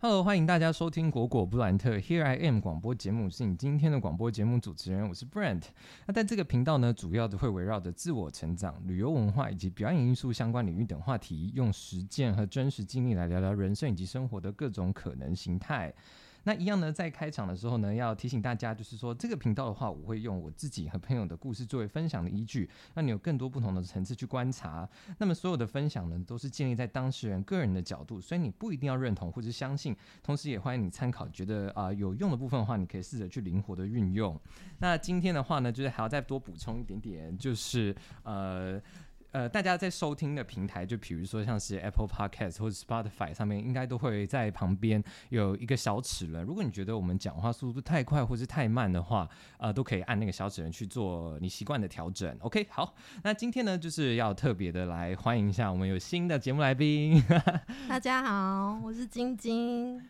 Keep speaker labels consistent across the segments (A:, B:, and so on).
A: Hello，欢迎大家收听果果布兰特 Here I Am 广播节目，是你今天的广播节目主持人，我是 Brand。那在这个频道呢，主要的会围绕着自我成长、旅游文化以及表演艺术相关领域等话题，用实践和真实经历来聊聊人生以及生活的各种可能形态。那一样呢，在开场的时候呢，要提醒大家，就是说这个频道的话，我会用我自己和朋友的故事作为分享的依据，让你有更多不同的层次去观察。那么所有的分享呢，都是建立在当事人个人的角度，所以你不一定要认同或是相信，同时也欢迎你参考，觉得啊、呃有用的部分的话，你可以试着去灵活的运用。那今天的话呢，就是还要再多补充一点点，就是呃。呃，大家在收听的平台，就比如说像是 Apple Podcast 或者 Spotify 上面，应该都会在旁边有一个小齿轮。如果你觉得我们讲话速度太快或是太慢的话，呃，都可以按那个小齿轮去做你习惯的调整。OK，好，那今天呢，就是要特别的来欢迎一下我们有新的节目来宾
B: 大家好，我是晶晶，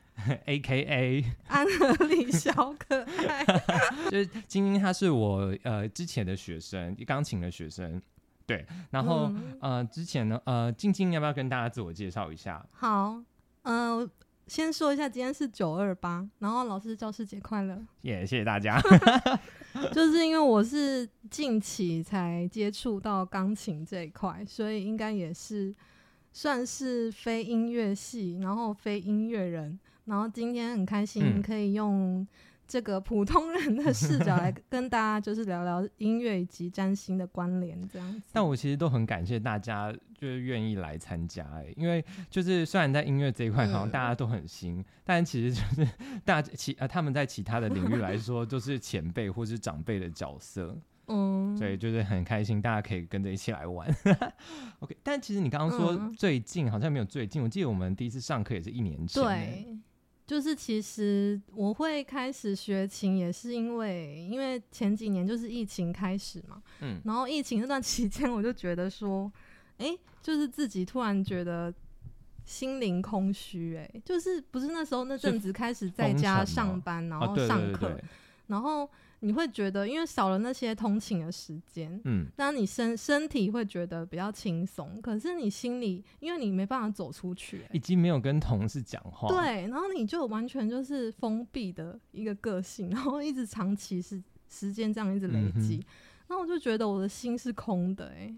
A: ，A K A，
B: 安和里小可爱。
A: 就是晶晶，她是我呃之前的学生，钢琴的学生。对， 然后、
B: 嗯
A: 呃，之前呢，呃，晶晶要不要跟大家自我介绍一下？
B: 好，嗯、我先说一下，今天是九二八，然后老师教师节快 乐。
A: 也、谢谢大家。
B: 就是因为我是近期才接触到钢琴这一块，所以应该也是算是非音乐系，然后非音乐人，然后今天很开
A: 嗯
B: 心可以用这个普通人的视角来跟大家就是聊聊音乐以及占星的关联这样子。
A: 但我其实都很感谢大家，就是愿意来参加、欸，因为就是虽然在音乐这一块好像大家都很新，但其实就是大其呃他们在其他的领域来说，就是前辈或是长辈的角色，
B: 嗯，
A: 所以就是很开心，大家可以跟着一起来玩。OK，但其实你刚刚说
B: 嗯
A: 最近好像没有最近，我记得我们第一次上课也是一年前、欸，
B: 对，就是其实我会开始学琴，也是因为因为前几年就是疫情开始嘛，
A: 嗯
B: 然后疫情那段期间，我就觉得说，诶，就是自己突然觉得。心灵空虚，哎，就是不是那时候那阵子开始在
A: 封
B: 家
A: 城
B: 上
A: 吗
B: 班，然
A: 哦
B: 后
A: 对
B: 上
A: 对对
B: 课，
A: 对，
B: 然后你会觉得，因为少了那些通勤的时间，
A: 嗯
B: 那你身身体会觉得比较轻松，可是你心里，因为你没办法走出去、诶
A: 已经没有跟同事讲话，，
B: 对，然后你就完全就是封闭的一个个性，然后一直长期是时间这样一直累
A: 嗯哼
B: 积，然后我就觉得我的心是空的、 欸，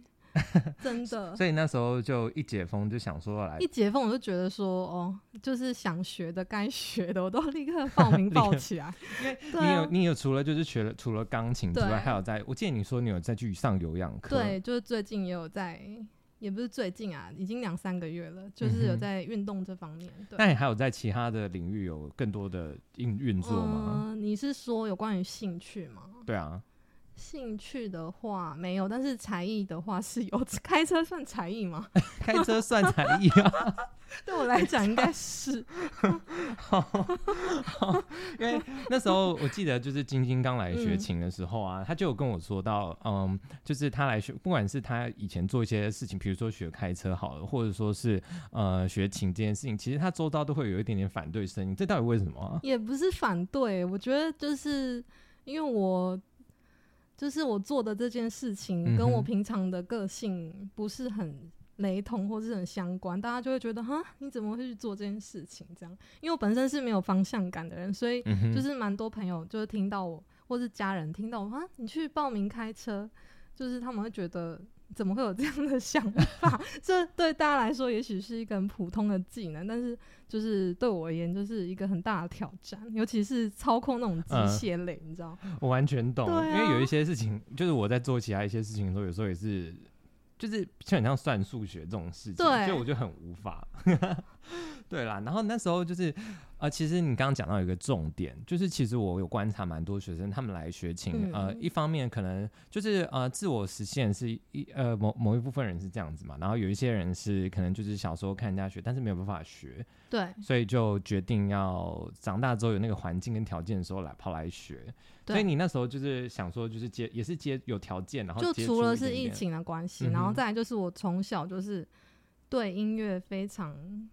B: 真的。
A: 所以那时候就一解封就想说来
B: 一解封我就觉得说，哦，就是想学的该学的，我都立刻报名
A: 立
B: 报
A: 刻
B: 起来。对
A: 你有
B: 啊，
A: 你有除了就是学了除了钢琴之外，
B: 对
A: 还有在我记得你说你有再去上有氧课，
B: 对，就是最近也有在，也不是最近啊，已经两三个月了，就是
A: 嗯
B: 有
A: 哼
B: 在运动这方面。对，
A: 那你还有在其他的领域有更多的运运作吗？
B: 嗯、你是说有关于兴趣吗？
A: 对啊，
B: 兴趣的话没有，但是才艺的话是有。 开车算才 艺吗？
A: 开车算才艺啊，
B: 对我来讲应该是。
A: 好好因为那时候我记得就是晶晶刚来学
B: 嗯
A: 琴的时候啊，她就有跟我说到，嗯，就是她来学，不管是她以前做一些事情，比如说学开车好了，或者说是呃学琴这件事情，其实她周遭都会有一点点反对声音，这到底为什么啊？
B: 也不是反对，我觉得就是因为我就是我做的这件
A: 嗯
B: 事
A: 哼
B: 情跟我平常的个性不是很雷同或是很相关，大家就会觉得哈，你怎么会去做这件事情？这样，因为我本身是没有方向感的人，所以
A: 嗯哼，
B: 就是蛮多朋友就是听到我或是家人听到我啊，你去报名开车，就是他们会觉得。怎么会有这样的想法？ 这对大家来说也许是一个很普通的技能，但是就是对我而言就是一个很大的挑战，尤其是操控那种机
A: 嗯
B: 械类，你知道？
A: 我完全懂，
B: 对啊
A: 因为有一些事情，就是我在做其他一些事情的时候，有时候也是，就是就很像算数学这种事情，
B: 对
A: 所以我就很无法。 对啦，然后那时候就是，呃，其实你刚刚讲到一个重点，就是其实我有观察蛮多学生，他们来学琴，
B: 嗯
A: 呃，一方面可能就是呃自我实现是一呃某某一部分人是这样子嘛，然后有一些人是可能就是小时候看人家学，但是没有办法学，
B: 对
A: 所以就决定要长大之后有那个环境跟条件的时候来跑来学。
B: 对
A: 所以你那时候就是想说，就是接也是接有条件，然后
B: 就
A: 接
B: 除了
A: 触一
B: 是
A: 点
B: 疫
A: 点，
B: 情的关
A: 嗯
B: 系，
A: 哼
B: 然后再来就是我从小就是对音乐非常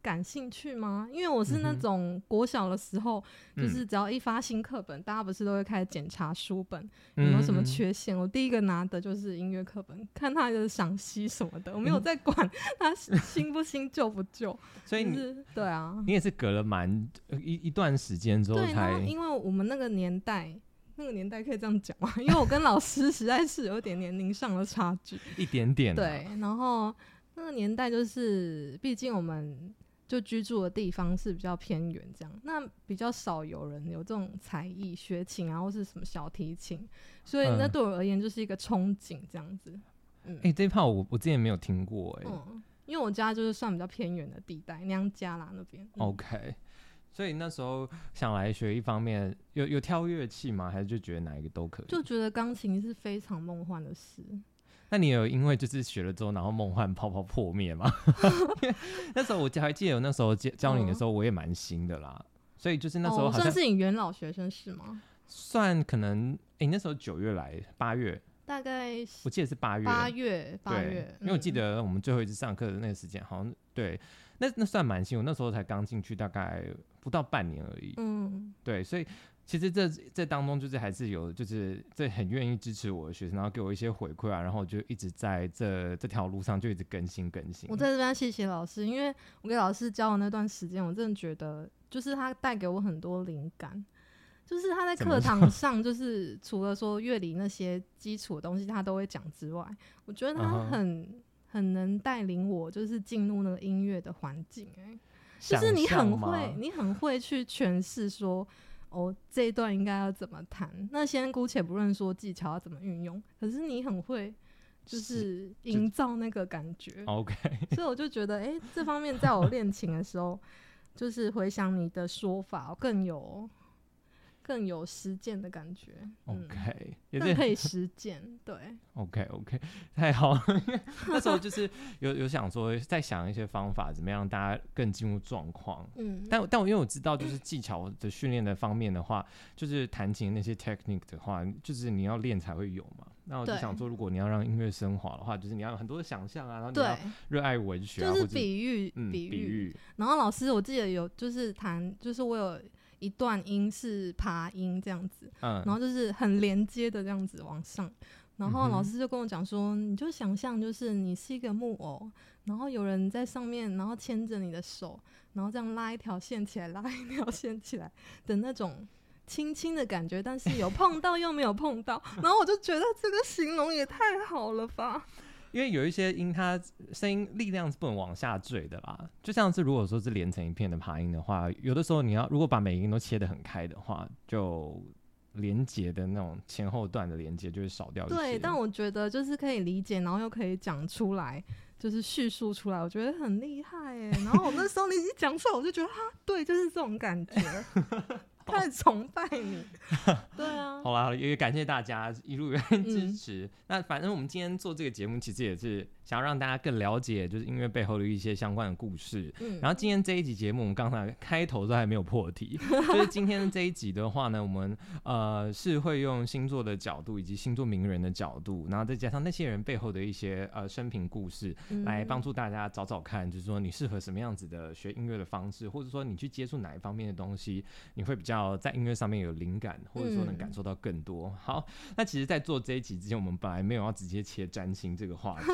B: 感兴趣吗？因为我是那
A: 嗯哼
B: 种国小的时候，
A: 嗯
B: 就是只要一发新课本，大家不是都会开始检查书本有没有什
A: 嗯
B: 么缺陷。我第一个拿的就是音乐课本，看它的赏析什么的，我没有
A: 嗯
B: 在管它新不新、旧不旧，
A: 嗯 所以
B: 就
A: 你
B: 是对啊，
A: 你也是隔了蛮呃一一段时间之后
B: 对。然
A: 才
B: 后因为我们那个年代。那个年代可以这样讲吗？因为我跟老师实在是有点年龄上的差距，
A: 一点点啊
B: 对，然后那个年代就是，毕竟我们就居住的地方是比较偏远，这样那比较少有人有这种才艺，学琴啊或是什么小提琴，所以那
A: 嗯
B: 对我而言就是一个憧憬，这样子。嗯，
A: 哎、这一炮我我之前没有听过哎、
B: 嗯，因为我家就是算比较偏远的地带，娘家啦那边。嗯
A: OK，所以那时候想来学一方面，有有挑乐器吗？还是就觉得哪一个都可以？
B: 就觉得钢琴是非常梦幻的事，
A: 那你有因为就是学了之后，然后梦幻泡泡破灭吗？ 因为那时候我还记得，我那时候教教你的时候，我也蛮新的啦，所以就是那时候
B: 哦、
A: 好像
B: 算是你元老学生是吗？
A: 算可能，诶，那时候九月来，八月，
B: 大概
A: 我记得是八月，
B: 八月，八
A: 对
B: 月，
A: 因为我记
B: 嗯
A: 得我们最后一次上课的那个时间，好像对，那那算蛮新，我那时候才刚进去，大概不到半年而已，
B: 嗯，
A: 对，所以其实这这当中就是还是有，就是这很愿意支持我的学生，然后给我一些回馈啊，然后我就一直在这这条路上就一直更新更新。
B: 我在这边要谢谢老师，因为我给老师教的那段时间，我真的觉得就是他带给我很多灵感。就是他在
A: 怎么
B: 课 堂上，就是除了说乐理那些基础的东西他都会讲之外，我觉得
A: 嗯
B: 他
A: 哼
B: 很、很能带领我，就是进入那个音乐的环境、哎，就
A: 想
B: 是你
A: 象
B: 很
A: 吗
B: 会，你很会去诠释说，哦，这一段应该要怎么弹。那先姑且不论说技巧要怎么运用，可是你很会，就是是营造那个感觉。
A: OK，
B: 所以我就觉得，哎、这方面在我练琴的时候，就是回想你的说法，更有更有实践的感觉。嗯
A: OK，、也
B: 更可
A: 是
B: 以实践， 对，
A: OK OK，太好了。 那时候就是有有想说，在想一些方法，怎么样大家更进入状况。
B: 嗯，
A: 但但我因为我知道，就是技巧的训练的方面的话，就是弹琴那些 technique 的话，就是你要练才会有嘛。那我就
B: 对
A: 想说，如果你要让音乐升华的话，就是你要有很多的想象啊，然后你
B: 对
A: 要，热爱文学啊，
B: 就是
A: 或者
B: 比喻，
A: 嗯
B: 比
A: 比
B: 喻。
A: 喻，
B: 然后老师，我记得有就是弹，就是我有一段音是爬音这样子，然
A: 嗯，
B: 后就是很连接的这样子往上。然后老
A: 嗯哼
B: 师就跟我讲说，你就想象就是你是一个木偶，然后有人在上面，然后牵着你的手，然后这样拉一条线起来，拉一条线起来的那种轻轻的感觉，但是有碰到又没有碰到。然后我就觉得这个形容也太好了吧？
A: 因为有一些音，它声音力量是不能往下坠的啦。就像是如果说是连成一片的爬音的话，有的时候你要如果把每个音都切得很开的话，就连接的那种前后段的连接就会少掉一些。
B: 对，但我觉得就是可以理解，然后又可以讲出来。就是叙述出来，我觉得很厉害哎。然后我那时候你一讲出来，我就觉得哈，对，就是这种感 觉，太崇拜你。对啊，
A: 好啦，也感谢大家一路以来支
B: 嗯
A: 持。 那反正我们今天做这个节目，其实也是想要让大家更了解，就是音乐背后的一些相关的故事。
B: 嗯
A: 然后今天这一集节目，我们刚才开头都还没有破 题，就是今天这一集的话呢，我们呃是会用星座的角度以及星座名人的角度，然后再加上那些人背后的一些呃生平故事，来帮
B: 助。
A: 助大家找找看，就是说你适合什么样子的学音乐的方式，或者说你去接触哪一方面的东西，你会比较在音乐上面有灵感，或者说能
B: 嗯
A: 感受到更多。好，那其实，在做这一集之前，我们本来没有要直接切占星这个话题，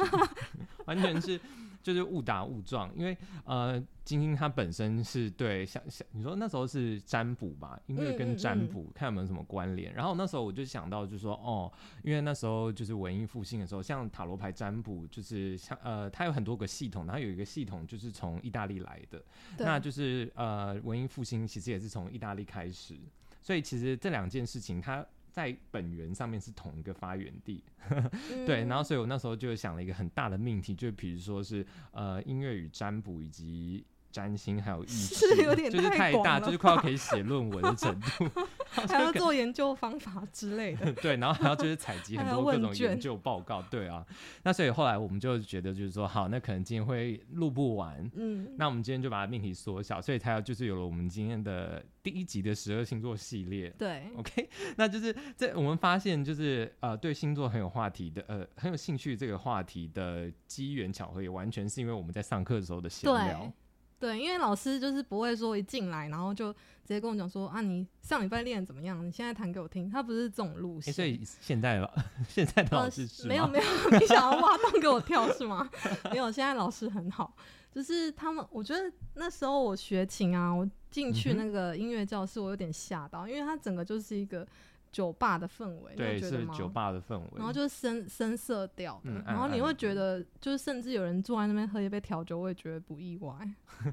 A: 完全是就是误打误撞，因为呃，晶晶她本身是对像像你说那时候是占卜吧，音乐
B: 嗯
A: 跟
B: 嗯
A: 占
B: 嗯
A: 卜、看有没有什么关联。然后那时候我就想到，就是说哦，因为那时候就是文艺复兴的时候，像塔罗牌占卜，就是像呃，它有很多个系统，然后有一个系统就是从意大利来的，
B: 对
A: 那就是呃，文艺复兴其实也是从意大利开始，所以其实这两件事情它。在本源上面是同一个发源地，
B: 嗯
A: 对，然后所以我那时候就想了一个很大的命题，就比如说是呃音乐与占卜以及占星还有意识，
B: 是有点
A: 就是
B: 太
A: 太
B: 广
A: 大，
B: 了
A: 就是快要可以写论文的程度，
B: 嗯还要做研究方法之类 的。
A: 对，然后还要就是采集
B: 还
A: 很
B: 要
A: 多各
B: 问
A: 种研
B: 卷
A: 究报告，对啊。那所以后来我们就觉得，就是说，好，那可能今天会录不完，
B: 嗯，
A: 那我们今天就把命题缩小，所以才有就是有了我们今天的第一集的十二星座系列。
B: 对，
A: OK，那就是这我们发现就是呃对星座很有话题的呃很有兴趣这个话题的机缘巧合，也完全是因为我们在上课的时候的闲
B: 对
A: 聊。
B: 对，因为老师就是不会说一进来，然后就直接跟我讲说啊，你上礼拜练得怎么样？你现在弹给我听。他不是这种路
A: 诶
B: 线。
A: 所以现在吧，现在的
B: 呃
A: 老 师是
B: 没有
A: 吗
B: 没有，你想要挖洞给我跳是吗？没有，现在老师很好，就是他们，我觉得那时候我学琴啊，我进
A: 嗯
B: 去
A: 哼
B: 那个音乐教室，我有点吓到，因为它整个就是一个酒吧的氛围，你有
A: 对，
B: 觉得
A: 是
B: 吗？
A: 酒吧的氛围，
B: 然后就是深深色调的，
A: 嗯
B: 然后
A: 暗
B: 你
A: 暗
B: 会
A: 的
B: 觉得，就是甚至有人坐在那边喝一杯调酒，我也觉得不意外，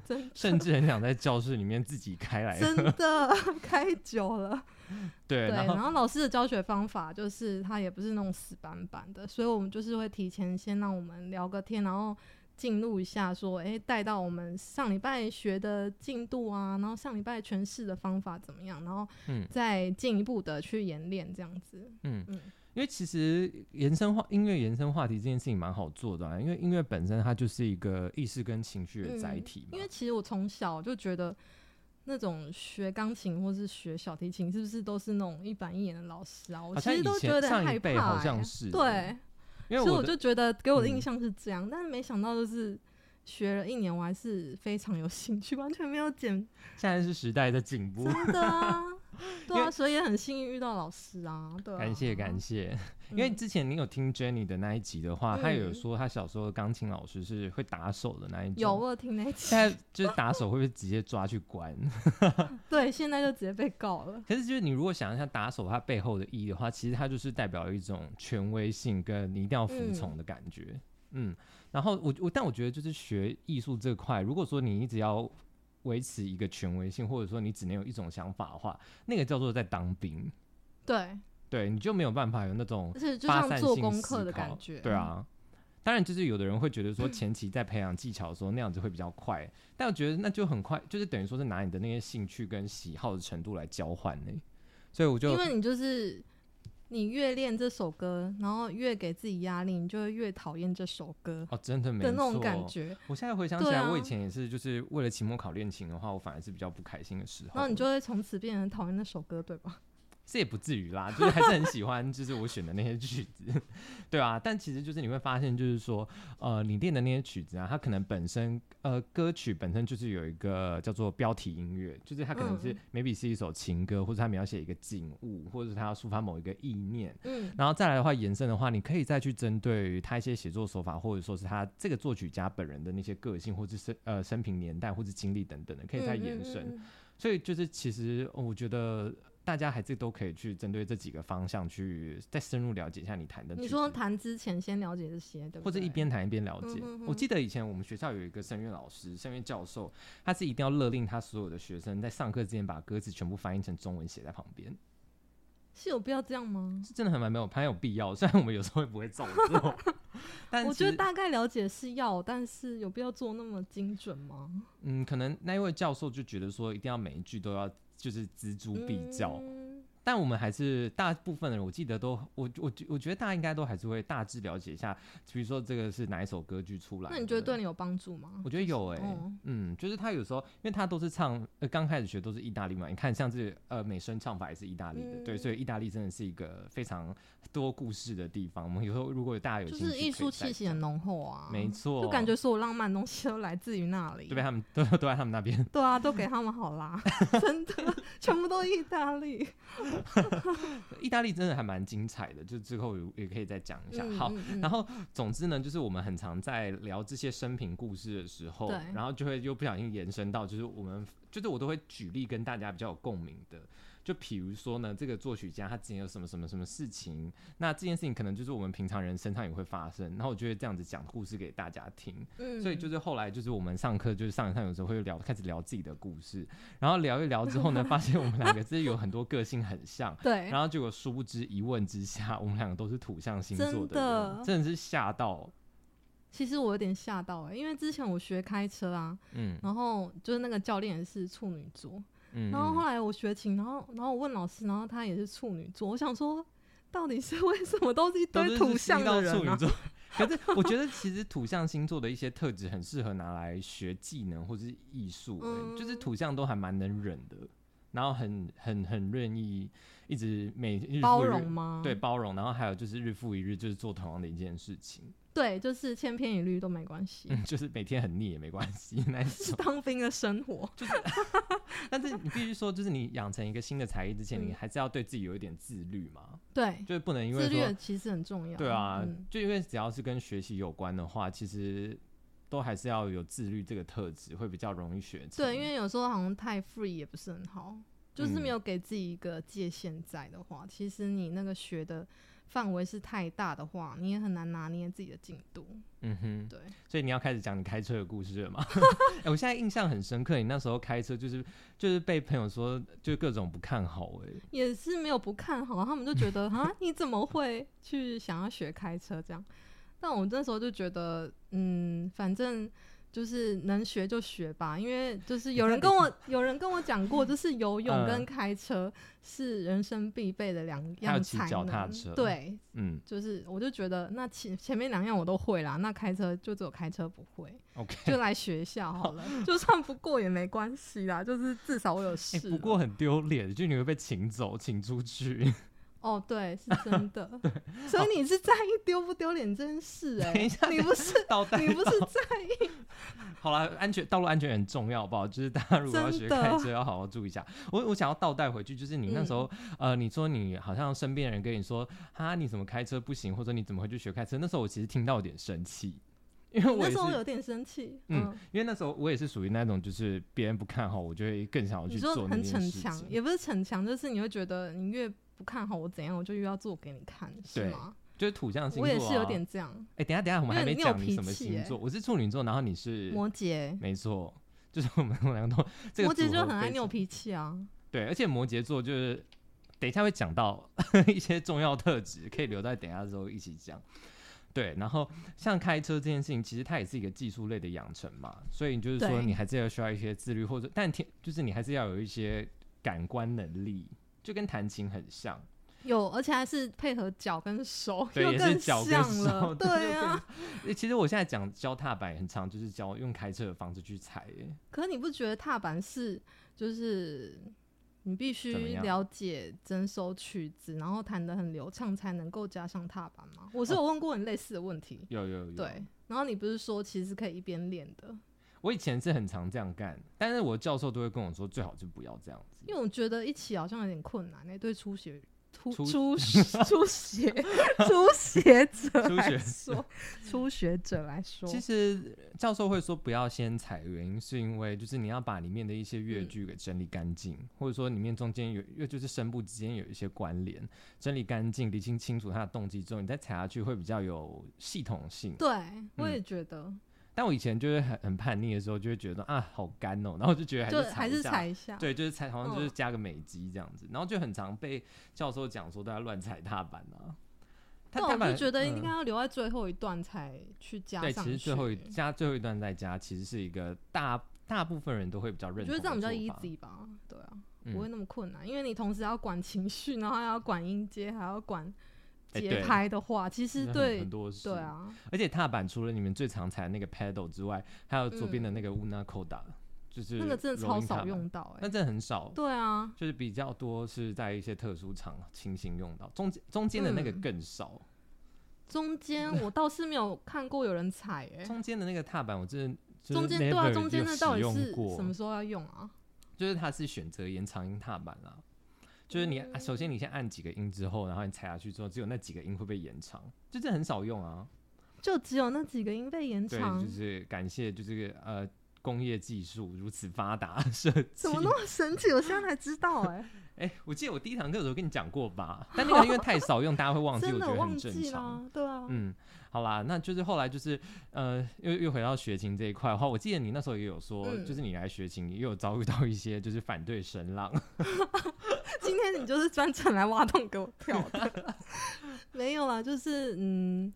B: 真
A: 甚至很想在教室里面自己开来，
B: 真的 开久了。
A: 对，
B: 对，
A: 然后
B: 然后老师的教学方法就是他也不是那种死板板的，所以我们就是会提前先让我们聊个天，然后进入一下说，诶，带到我们上礼拜学的进度啊，然后上礼拜诠释的方法怎么样，然后
A: 嗯
B: 再进一步的去演练这样子。
A: 嗯
B: 嗯，
A: 因为其实延伸话音乐延伸话题这件事情蛮好做的、啊，因为音乐本身它就是一个意识跟情绪的载
B: 嗯
A: 体嘛
B: 因为，其实我从小就觉得。那种学钢琴或是学小提琴，是不是都是那种一板一眼的老师啊？我
A: 好
B: 其
A: 像
B: 实
A: 以
B: 都
A: 前
B: 觉得
A: 上
B: 害
A: 一
B: 怕、
A: 辈好
B: 欸
A: 像是
B: 对，
A: 因为
B: 所以
A: 我
B: 我
A: 的
B: 就觉得给我的
A: 嗯
B: 印象是这样，但是没想到就是学了一年，我还是非常有兴趣， 完全没有 减，
A: 现在是时代在进步，
B: 真 的啊，对
A: 因
B: 啊，
A: 为
B: 所以也很幸运遇到老师啊，对啊，
A: 感谢感谢。
B: 嗯，
A: 因为之前你有听 Jenny 的那一集的话，她有
B: 嗯
A: 说她小时候的钢琴老师是会打手的那一种。
B: 有我有听那一集
A: 现，在就是打手会被直接抓去关，
B: 对，现在就直接被告了，
A: 可是就是你如果想一下打手它背后的意义的话，其实它就是代表一种权威性跟你一定要服从的感觉。嗯然后我我但我觉得就是学艺术这块，如果说你一直要维持一个权威性，或者说你只能有一种想法的话，那个叫做在当兵，
B: 对，
A: 对你就没有办法有那种
B: 而且就
A: 发
B: 像
A: 散
B: 做
A: 性
B: 功
A: 思
B: 课的
A: 考
B: 感觉，嗯
A: 对，啊。当然，就是有的人会觉得说前期在培养技巧的时候那样子会比较快，但我觉得那就很快，就是等于说是拿你的那些兴趣跟喜好的程度来交换呢、所以我就
B: 因为你就是。你越练这首歌，然后越给自己压力，你就会越讨厌这首歌
A: 哦，真的没
B: 的那种
A: 错
B: 感。觉。
A: 我现在回想起
B: 对
A: 来，
B: 啊
A: 我以前也是，就是为了期末考练琴的话，我反而是比较不开心的时候。
B: 然后你就会从此变成讨厌那首歌，对 吧？
A: 这也不至于啦，就是还是很喜欢，就是我选的那些曲子，对啊。但其实就是你会发现，就是说，呃，你练的那些曲子啊，它可能本身，呃，歌曲本身就是有一个叫做标题音乐，就是它可能是、
B: 嗯
A: maybe 是一首情歌，或者它描写一个景物，或者是它要抒发某一个意念。
B: 嗯，
A: 然后再来的话，延伸的话，你可以再去针对于他一些写作手法，或者说是他这个作曲家本人的那些个性，或者是呃生平年代或者经历等等的，可以再延伸。
B: 嗯嗯嗯嗯
A: 所以就是其实呃我觉得大家还是都可以去针对这几个方向去再深入了解一下你谈的曲子。
B: 你说谈之前先了解这些，对不对？
A: 或者一边谈一边了解。
B: 嗯哼
A: 我
B: 哼
A: 记得以前我们学校有一个声乐老师、声乐教授，他是一定要勒令他所有的学生在上课之前把歌词全部翻译成中文写在旁边，
B: 是有必要这样吗？
A: 是真的很蛮没有蛮有必要。虽然我们有时候也不会照做， 但
B: 我
A: 其
B: 觉得
A: 实
B: 大概了解是要，但是有必要做那么精准吗？
A: 嗯，可能那一位教授就觉得说一定要每一句都要就是锱铢必较。
B: 嗯
A: 但我们还是大部分的人，我记得都我我我觉得大家应该都还是会大致了解一下，比如说这个是哪一首歌剧出来的。
B: 那你觉得对你有帮助吗？
A: 我觉得有哎、
B: 哦
A: 嗯，就是他有时候，因为他都是唱，呃，刚开始学都是意大利嘛，你看像是呃美声唱法也是意大利的，对，
B: 嗯
A: 所以意大利真的是一个非常多故事的地方。我们有时候如果大家有
B: 就
A: 兴趣，
B: 是艺术气息很
A: 浓，
B: 浓厚啊，
A: 没，错，
B: 就感觉所有浪漫的东西都来自于那里
A: 对。啊被他们都都在他们那边。
B: 对啊，都给他们好啦，真的，全部都意大 利。
A: 意大利真的还蛮精彩的，就之后也可以再讲一下。好，
B: 嗯，嗯
A: 然后，总之呢，就是我们很常在聊这些生平故事的时候
B: 对，
A: 然后就会又不小心延伸到，就是我们，就是我都会举例跟大家比较有共鸣的。就比如说呢，这个作曲家他之前有什么什么什么事情，那这件事情可能就是我们平常人身上也会发生，然后我就会这样子讲故事给大家听。
B: 嗯
A: 所以就是后来就是我们上课就是上一上有时候会聊开始聊自己的故事，然后聊一聊之后 呢，发现我们两个真的有很多个性很像，
B: 对，
A: 然后结果殊不知一问之下，我们两个都是土象星座
B: 真
A: 的人，真的
B: 的
A: 是吓到，
B: 其实我有点吓到哎、欸，因为之前我学开车啊，
A: 嗯
B: 然后就是那个教练也是处女座，
A: 嗯，
B: 然后
A: 嗯
B: 后来我学琴，然后然后我问老师，然后他也是处女座，我想说到底是为什么都是一
A: 都
B: 堆
A: 是
B: 土
A: 是
B: 象
A: 遇到
B: 的人
A: 处女
B: 啊？
A: 座。可是我觉得其实土象星座的一些特质很适合拿来学技能或是艺术、欸，
B: 嗯
A: 就是土象都还蛮能忍的，然后很很很愿意一直每日复
B: 包
A: 一日
B: 容吗？
A: 对包容，然后还有就是日复一日就是做同样的一件事情，
B: 对，就是千篇一律都没关系，
A: 嗯， 就是每天很腻也没关系 那一
B: 是
A: 种。
B: 当兵的生 活。
A: 但是你必须说，就是你养成一个新的才艺之前，你
B: 嗯
A: 还是要对自己有一点自律嘛，
B: 对，
A: 就是不能因为
B: 自律
A: 说
B: 的其实很重要。
A: 对啊，
B: 嗯
A: 就因为只要是跟学习有关的话，其实都还是要有自律这个特质，会比较容易学成。
B: 对，因为有时候好像太 free 也不是很好，就是
A: 嗯
B: 没有给自己一个界限在的话，其实你那个学的范围是太大的话，你也很难拿捏自己的进度。
A: 嗯哼，
B: 对，
A: 所以你要开始讲你开车的故事了吗？ 哎我现在印象很深刻，你那时候开车就是就是被朋友说就是各种不看好哎、
B: 也是没有不看好，他们就 觉得啊，你怎么会去想要学开车这样？但我那时候就觉得，嗯，反正。就是能学就学吧，因为就是有人跟我有人跟我讲过，就是游泳
A: 嗯
B: 跟开车是人生必备的两
A: 还有
B: 样
A: 骑
B: 才
A: 脚
B: 能
A: 踏车
B: 对，
A: 嗯
B: 就是我就觉得那前前面两样我都会啦，那开车就只有开车不会，
A: ，OK。
B: 就来学一下好了，就算不过也没关系啦，就是哦至少 我有试
A: 哎、
B: 了、
A: 不过很丢脸，就你会被请走，请出去。
B: 哦，对，是 真的，所以你是在意丢不丢脸这件事 哎、
A: 等一下
B: 你不是
A: 倒带
B: 你不是在意
A: 好啦，安全道路安全很重要，好不好？就是大家如果要学
B: 真的
A: 开车，要好好注意一下。我我想要倒带回去，就是你那时候，
B: 嗯
A: 呃，你说你好像身边人跟你说，哈，你怎么开车不行，或者你怎么会去学开车？那时候我其实听到有点生气，因 为我
B: 那
A: 也
B: 时
A: 是，
B: 候有点生气，
A: 嗯
B: 嗯，
A: 因为那时候我也是属于那种，就是别人不看好，我就会更想要
B: 你
A: 去
B: 说
A: 做那
B: 很
A: 件
B: 逞
A: 事
B: 强，
A: 情。
B: 也不是逞强，就是你会觉得你越不看好我怎样，我就越要做给你看，是
A: 对
B: 吗？
A: 就是土象星座、
B: 我
A: 啊，
B: 也是有点这样，
A: 哎、等一下等一下，我们还
B: 因为
A: 没
B: 你有
A: 讲你
B: 脾
A: 什么
B: 气
A: 星
B: 耶
A: 座，我是处女座，然后你是，
B: 摩羯，
A: 没错，就是我们两个都这个
B: 摩羯
A: 组
B: 就
A: 合
B: 很
A: 非
B: 爱拗
A: 常
B: 脾气啊，
A: 对，而且摩羯座就是等一下会讲到 一些重要特质，可以留在等一下之后一起讲。对，然后像开车这件事情，其实它也是一个技术类的养成嘛，所以就是说
B: 对
A: 你还是要需要一些自律，或者但天就是你还是要有一些感官能力，就跟弹琴很像，
B: 有，而且还是配合脚跟手，
A: 对，
B: 又
A: 也是
B: 更
A: 脚
B: 像
A: 跟
B: 了
A: 手。，
B: 对
A: 呀、
B: 啊。
A: 诶其实我现在讲教踏板也很常就是教用开车的方式去踩、诶
B: 可是你不觉得踏板是就是你必须
A: 怎么样
B: 了解整首曲子，然后弹得很流畅才能够加上踏板吗？我是有问过你类似的问题，
A: 有哦有有，
B: 对。然后你不是说其实可以一边练的，
A: 我以前是很常这样干，但是我教授都会跟我说最好就不要这样子，
B: 因为我觉得一起好像有点困难、欸，对初学。初
A: 初
B: 初初学初学者
A: 初学
B: 来
A: 者
B: 说，初学者来说，
A: 其实教授会说不要先踩，原因是因为就是你要把里面的一些乐
B: 嗯
A: 句给整理干净，或者说里面中间有，因为就是声部之间有一些关联，整理干净、理清清楚它的动机之后，你再踩下去会比较有系统性。
B: 对我
A: 嗯
B: 也觉得，
A: 但我以前就是很很叛逆的时候，就会觉得啊好干哦，然后就觉得还
B: 就是还
A: 一
B: 是
A: 下
B: 踩一下，
A: 对，就是踩，好像就是
B: 嗯
A: 加个美肌这样子，然后就很常被教授讲说大家乱踩踏板啊。他
B: 但
A: 踏
B: 我
A: 板
B: 就觉得
A: 嗯
B: 应该要留在最后一段才去加
A: 对，
B: 上
A: 其实最后一
B: 去
A: 加最后一段再加，其实是一个大大部分人都会比较
B: 我
A: 认
B: 觉
A: 同的
B: 得这
A: 做
B: 样
A: 法。
B: 比较 easy 吧，对啊，不会
A: 嗯
B: 那么困难，因为你同时要管情绪，然后还要管音阶，还要管
A: 哎
B: 节
A: 对
B: 拍的话，
A: 其
B: 其实
A: 实很
B: 对
A: 很多事
B: 对，啊，
A: 而且踏板除了你们最常踩的那个 pedal 之外，还有左边的
B: 嗯
A: 那个 una coda，、就是
B: 那个真的
A: 柔
B: 超
A: 硬踏
B: 少
A: 板，
B: 用到
A: 那
B: 哎，
A: 真的很少，
B: 对啊，
A: 就是比较多是在一些特殊场情形用到，中间中间的那个
B: 嗯
A: 更少，
B: 中间我倒是没有看过有人踩哎，
A: 中间的那个踏板我真的。就是
B: 中间对啊，
A: never
B: 中间
A: 有
B: 那
A: 使
B: 到底
A: 用
B: 是
A: 过
B: 什么时候要用啊？
A: 就是它是选择延长音踏板啦、就是你、
B: 嗯
A: 啊首先你先按几个音之后，然后你踩下去之后，只有那几个音会被延长，就这很少用啊。
B: 就只有那几个音被延
A: 对，
B: 长
A: 就，是感谢就是呃工业技术如此发达设计
B: 怎。么那么神奇？我现在才 知道哎，
A: 哎、我记得我第一堂课的时候跟你讲过吧，但那个因为太少用，大家会忘记，我
B: 真
A: 觉
B: 的
A: 得
B: 忘
A: 很正
B: 记
A: 常。
B: 了，对啊，
A: 嗯，好啦，那就是后来就是呃，又又回到学琴这一块的话，我记得你那时候也有说，
B: 嗯
A: 就是你来学琴，也有遭遇到一些就是反对声浪，
B: 今天你就是专程来挖洞给我跳的， 没有啦，就是嗯，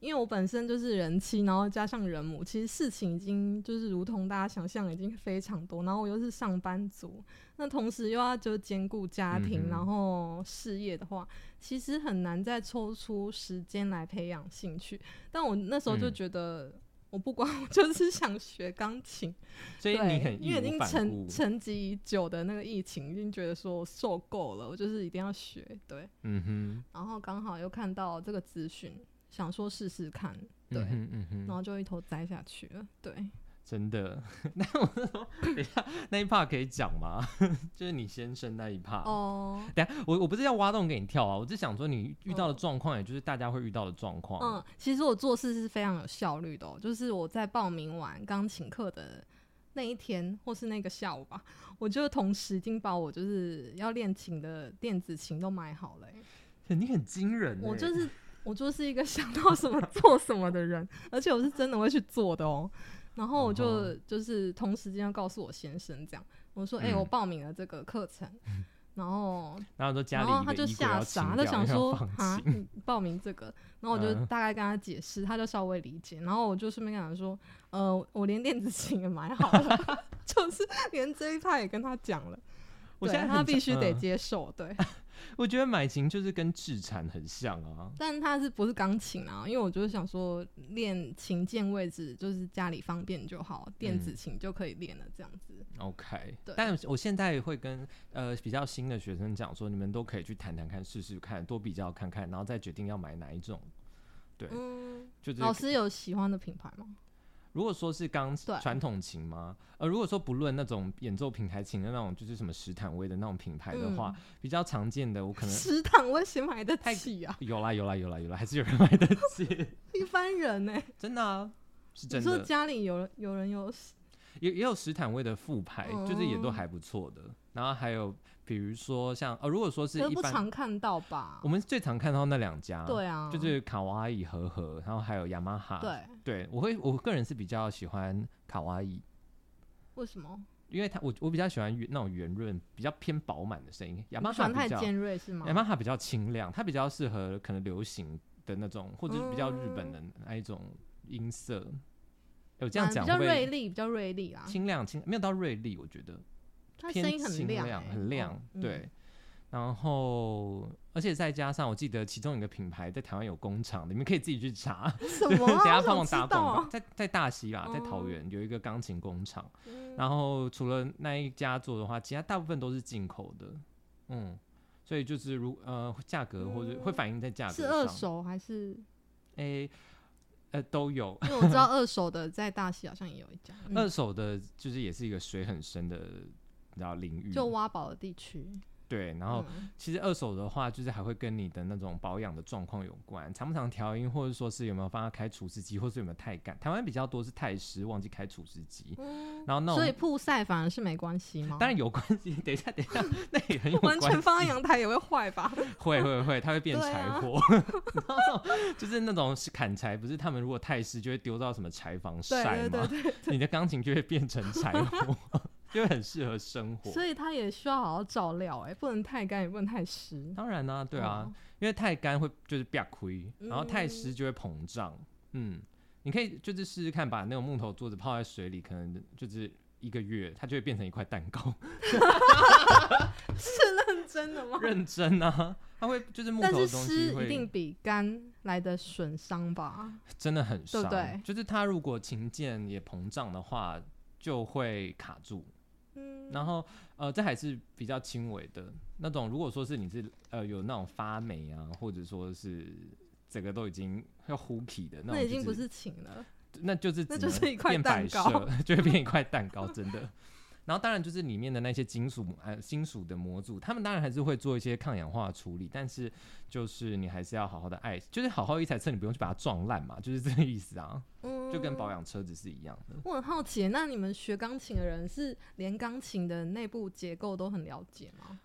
B: 因为我本身就是人妻，然后加上人母，其实事情已经就是如同大家想象已经非常多，然后我又是上班族，那同时又要就兼顾家
A: 嗯
B: 庭，
A: 哼
B: 然后事业的话，其实很难再抽出时间来培养兴趣。但我那时候就
A: 嗯
B: 觉得。我不管，我就是想学钢琴，
A: 所以
B: 对，
A: 你很
B: 因
A: 义
B: 为已
A: 无
B: 经
A: 反
B: 沉
A: 顾。
B: 沉寂已久的那个疫情，已经觉得说我受够了，我就是一定要学。对，
A: 嗯哼。
B: 然后刚好又看到这个资讯，想说试试看，对，哦
A: 嗯哼嗯哼
B: 然后就一头栽下去了。对，
A: 真的。 那我是说，等一下那一 part 可以讲吗？ 就是你先生那一 part。
B: 哦，
A: 等一下，我我不是要挖洞给你跳啊，我只想说你遇到的
B: 嗯
A: 状况，也就是大家会遇到的状况。
B: 嗯，其实我做事是非常有效率的、哦，就是我在报名完钢琴课的那一天，或是那个下午吧，我就同时已经把我就是要练琴的电子琴都买好了欸、
A: 你很惊人、欸，
B: 我就是我就是一个 想到什么做什么的人，而且我是真的会去做的哦。然后我就、
A: 哦
B: 就是同时间要告诉我先生这样，我说：“哎、
A: 嗯
B: 我报名了这个课程。然后，
A: 然后说家
B: 然
A: 里
B: 后他
A: 一
B: 就
A: 个衣柜要
B: 吓
A: 清
B: 傻，
A: 掉
B: 他想
A: 因为要
B: 说
A: 放
B: 啊
A: 弃，
B: 你报名这个，然后我就
A: 嗯
B: 大概跟他解释，他就稍微理解，然后我就顺便跟他说，呃，我连电子琴也买好了， 就是连这一派也跟他讲了，
A: 我
B: 对
A: 现在
B: 他
A: 很
B: 必须得
A: 嗯
B: 接受，对，
A: 我觉得买琴就是跟制产很像啊。
B: 但他是不是钢琴啊？因为我就是想说练琴键位置，就是家里方便就好，电子琴就可以练了这样子。
A: OK，
B: 对
A: 但我现在会跟呃比较新的学生讲说，你们都可以去谈谈看，试试看，多比较看看，然后再决定要买哪一种。对，
B: 嗯，
A: 就是
B: 老师有喜欢的品牌吗？
A: 如果说是钢
B: 对
A: 传统琴吗？呃，如果说不论那种演奏平台琴的那种，就是什么史坦威的那种品牌
B: 嗯
A: 的话，比较常见的，我可能
B: 食堂我也谁买得起啊？
A: 有啦有啦有啦 有啦，还是有人买得起，
B: 一般人呢、
A: 真的啊，是
B: 你
A: 真
B: 说
A: 的，
B: 家里有人有人有
A: 也也有史坦威的副牌，
B: 哦
A: 就是也都还不错的。然后还有比如说像呃，如果说是
B: 可是
A: 一
B: 不
A: 般，
B: 常看到吧
A: 我？们最常看到那两家，
B: 对啊，
A: 就是啊卡哇伊和和，然后还有雅马哈，
B: 对，
A: 对，我会我个人是比较喜欢卡哇伊。
B: 为什么？
A: 因为它我我比较喜欢圆那种圆润、比较偏饱满的声音。雅
B: 你
A: 马
B: 不喜
A: 哈
B: 欢太
A: 比较，
B: 尖锐是吗
A: 雅？马哈比较清亮，它比较适合可能流行的那种，或者是比较日本
B: 嗯
A: 的那一种音色。有这样
B: 嗯
A: 讲
B: 比较
A: 会不
B: 锐
A: 会
B: 利，比较锐利啦。
A: 清亮清没有到锐利，我觉得
B: 他
A: 偏
B: 声音
A: 清
B: 很亮欸、
A: 亮，很亮
B: 哦，嗯
A: 对。然后，而且再加上，我记得其中有一个品牌在台湾有工厂，你们可以自己去查。
B: 什么、
A: 等
B: 啊？
A: 一下
B: 我
A: 帮忙
B: 想
A: 打
B: 知道
A: 广告，
B: 啊。
A: 在在大溪啦，在桃
B: 哦
A: 园有一个钢琴工厂。
B: 嗯
A: 然后除了那一家做的话，其他大部分都是进口的，嗯，所以就是如呃价格或者会反映在价格
B: 是
A: 上。
B: 二手还是？
A: 诶、呃都有，
B: 因为我知道二手的在大溪好像也有一家，嗯
A: 二手的就是也是一个水很深的然后领域，
B: 嗯就挖宝的地区。
A: 对，然后
B: 嗯
A: 其实二手的话，就是还会跟你的那种保养的状况有关，常不常调音，或者说是有没有帮他开除湿机，或是有没有太干。台湾比较多是太湿，忘记开除湿机，
B: 嗯
A: 然后那
B: 所以
A: 种
B: 曝晒反而是没关系吗？
A: 当然有关系。等一下，等一下，那也很有关
B: 完
A: 系。
B: 全放在阳台也会坏 吧？
A: 会会会，它会变
B: 对
A: 柴
B: 啊
A: 火， 就是那种是砍柴，不是他们如果太湿就会丢到什么柴房
B: 对
A: 晒
B: 对
A: 吗？
B: 对对。
A: 你的钢琴就会变成柴火， 就会很适合生活。
B: 所以它也需要好好照料、哎，不能太干，也不能太 湿。
A: 当然啦、对啊，
B: 哦嗯
A: 因为太干会就是变亏，然后太湿就会膨胀。嗯，你可以就是试试看，把那种木头桌子泡在水里，可能就是一个月，它就会变成一块蛋糕。
B: 是认真的吗？
A: 认真啊，它会就是木
B: 但
A: 头
B: 是
A: 的东西
B: 湿
A: 会
B: 一定比干来的损伤吧？
A: 真的很
B: 对
A: 伤，
B: 不对
A: 就是它如果琴键也膨胀的话，就会卡住。
B: 嗯，
A: 然后呃，这还是比较轻微的那种。如果说是你是呃有那种发霉啊，或者说是整个都已经要糊起的那种、
B: 那已经
A: 就
B: 不是请了。
A: 那就是
B: 那
A: 只
B: 就是
A: 能
B: 一块
A: 变摆
B: 蛋糕
A: 设 就会变一块蛋糕，真的。然后当然就是里面的那些金属呃金属的模组，他们当然还是会做一些抗氧化处理，但是就是你还是要好好的爱，就是好好一台车，你不用去把它撞烂嘛，就是这个意思啊，
B: 嗯，
A: 就跟保养车子是一样的。
B: 我很好奇，那你们学钢琴的人是连钢琴的内部结构都很了解吗？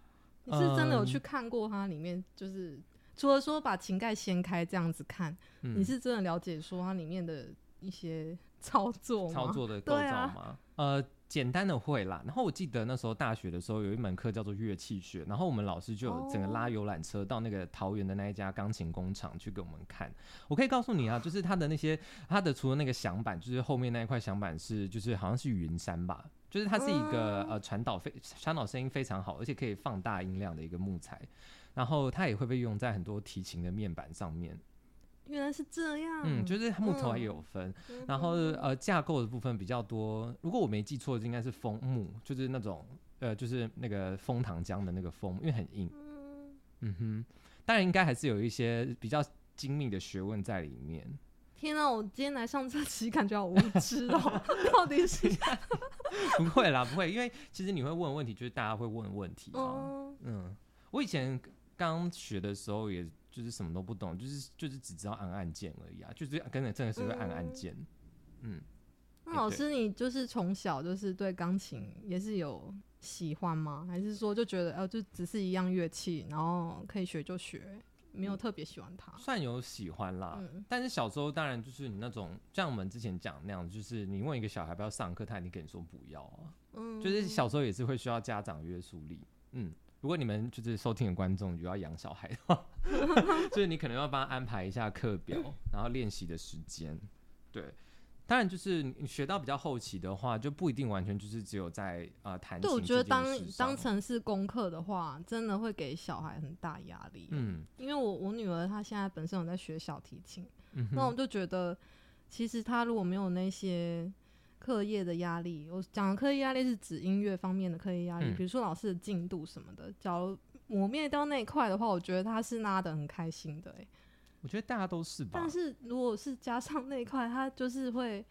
B: 你是真的有
A: 嗯
B: 去看过它里面，就是、除了说把琴盖掀开这样子看，
A: 嗯，
B: 你是真的了解说它里面的一些操作吗？
A: 操作的构
B: 对
A: 造
B: 啊
A: 吗？呃，简单的会啦。然后我记得那时候大学的时候有一门课叫做乐器学，然后我们老师就有整个
B: 哦
A: 拉游览车到那个桃园的那一家钢琴工厂去给我们看。我可以告诉你啊，就是它的那些它的除了那个响板，就是后面那一块响板是就是好像是云杉吧。就是它是一个、
B: 嗯
A: 呃传导非传导声音非常好，而且可以放大音量的一个木材，然后它也会被用在很多提琴的面板上面。
B: 原来是这样。
A: 嗯，就是木头也
B: 嗯
A: 有分，
B: 嗯
A: 然后呃，架构的部分比较多。如果我没记错，应该是枫木，就是那种呃，就是那个枫糖浆的那个枫，因为很硬。
B: 嗯
A: 嗯哼，当然应该还是有一些比较精密的学问在里面。
B: 天啊，我今天来上这期感觉好无知哦， 到底是
A: 不会啦，不会，因为其实你会问的问题，就是大家会问的问题啊。
B: 哦，
A: 嗯，我以前刚学的时候，也就是什么都不懂，就是就是只知道按按键而已啊，就是跟着真的是会按按
B: 嗯
A: 键。嗯，
B: 那
A: 哎
B: 老
A: 对
B: 师你就是从小就是对钢琴也是有喜欢吗？还是说就觉得呃就只是一样乐器，然后可以学就学，没
A: 嗯
B: 有特别喜欢它？
A: 算有喜欢啦。
B: 嗯
A: 但是小时候当然就是你那种，像我们之前讲那样，就是你问一个小孩要不要上课，他一定跟你说不要啊。
B: 嗯
A: 就是小时候也是会需要家长约束力。嗯，如果你们就是收听的观众有要养小孩的 话，就是你可能要帮他安排一下课表，然后练习的时间。对，当然就是你学到比较后期的话，就不一定完全就是只有在啊弹琴
B: 对，我觉得
A: 这件
B: 当
A: 事上
B: 当成是功课的话，真的会给小孩很大压力。
A: 嗯
B: 因为我我女儿她现在本身有在学小提琴，
A: 嗯
B: 那我
A: 哼
B: 就觉得其实她如果没有那些课业的压力，我讲的课业压力是指音乐方面的课业压力，
A: 嗯
B: 比如说老师的进度什么的，假如磨灭掉那一块的话，我觉得她是拉的很开心的、欸。
A: 我觉得大家都是吧
B: 但。是如果是加上那一块，她就是会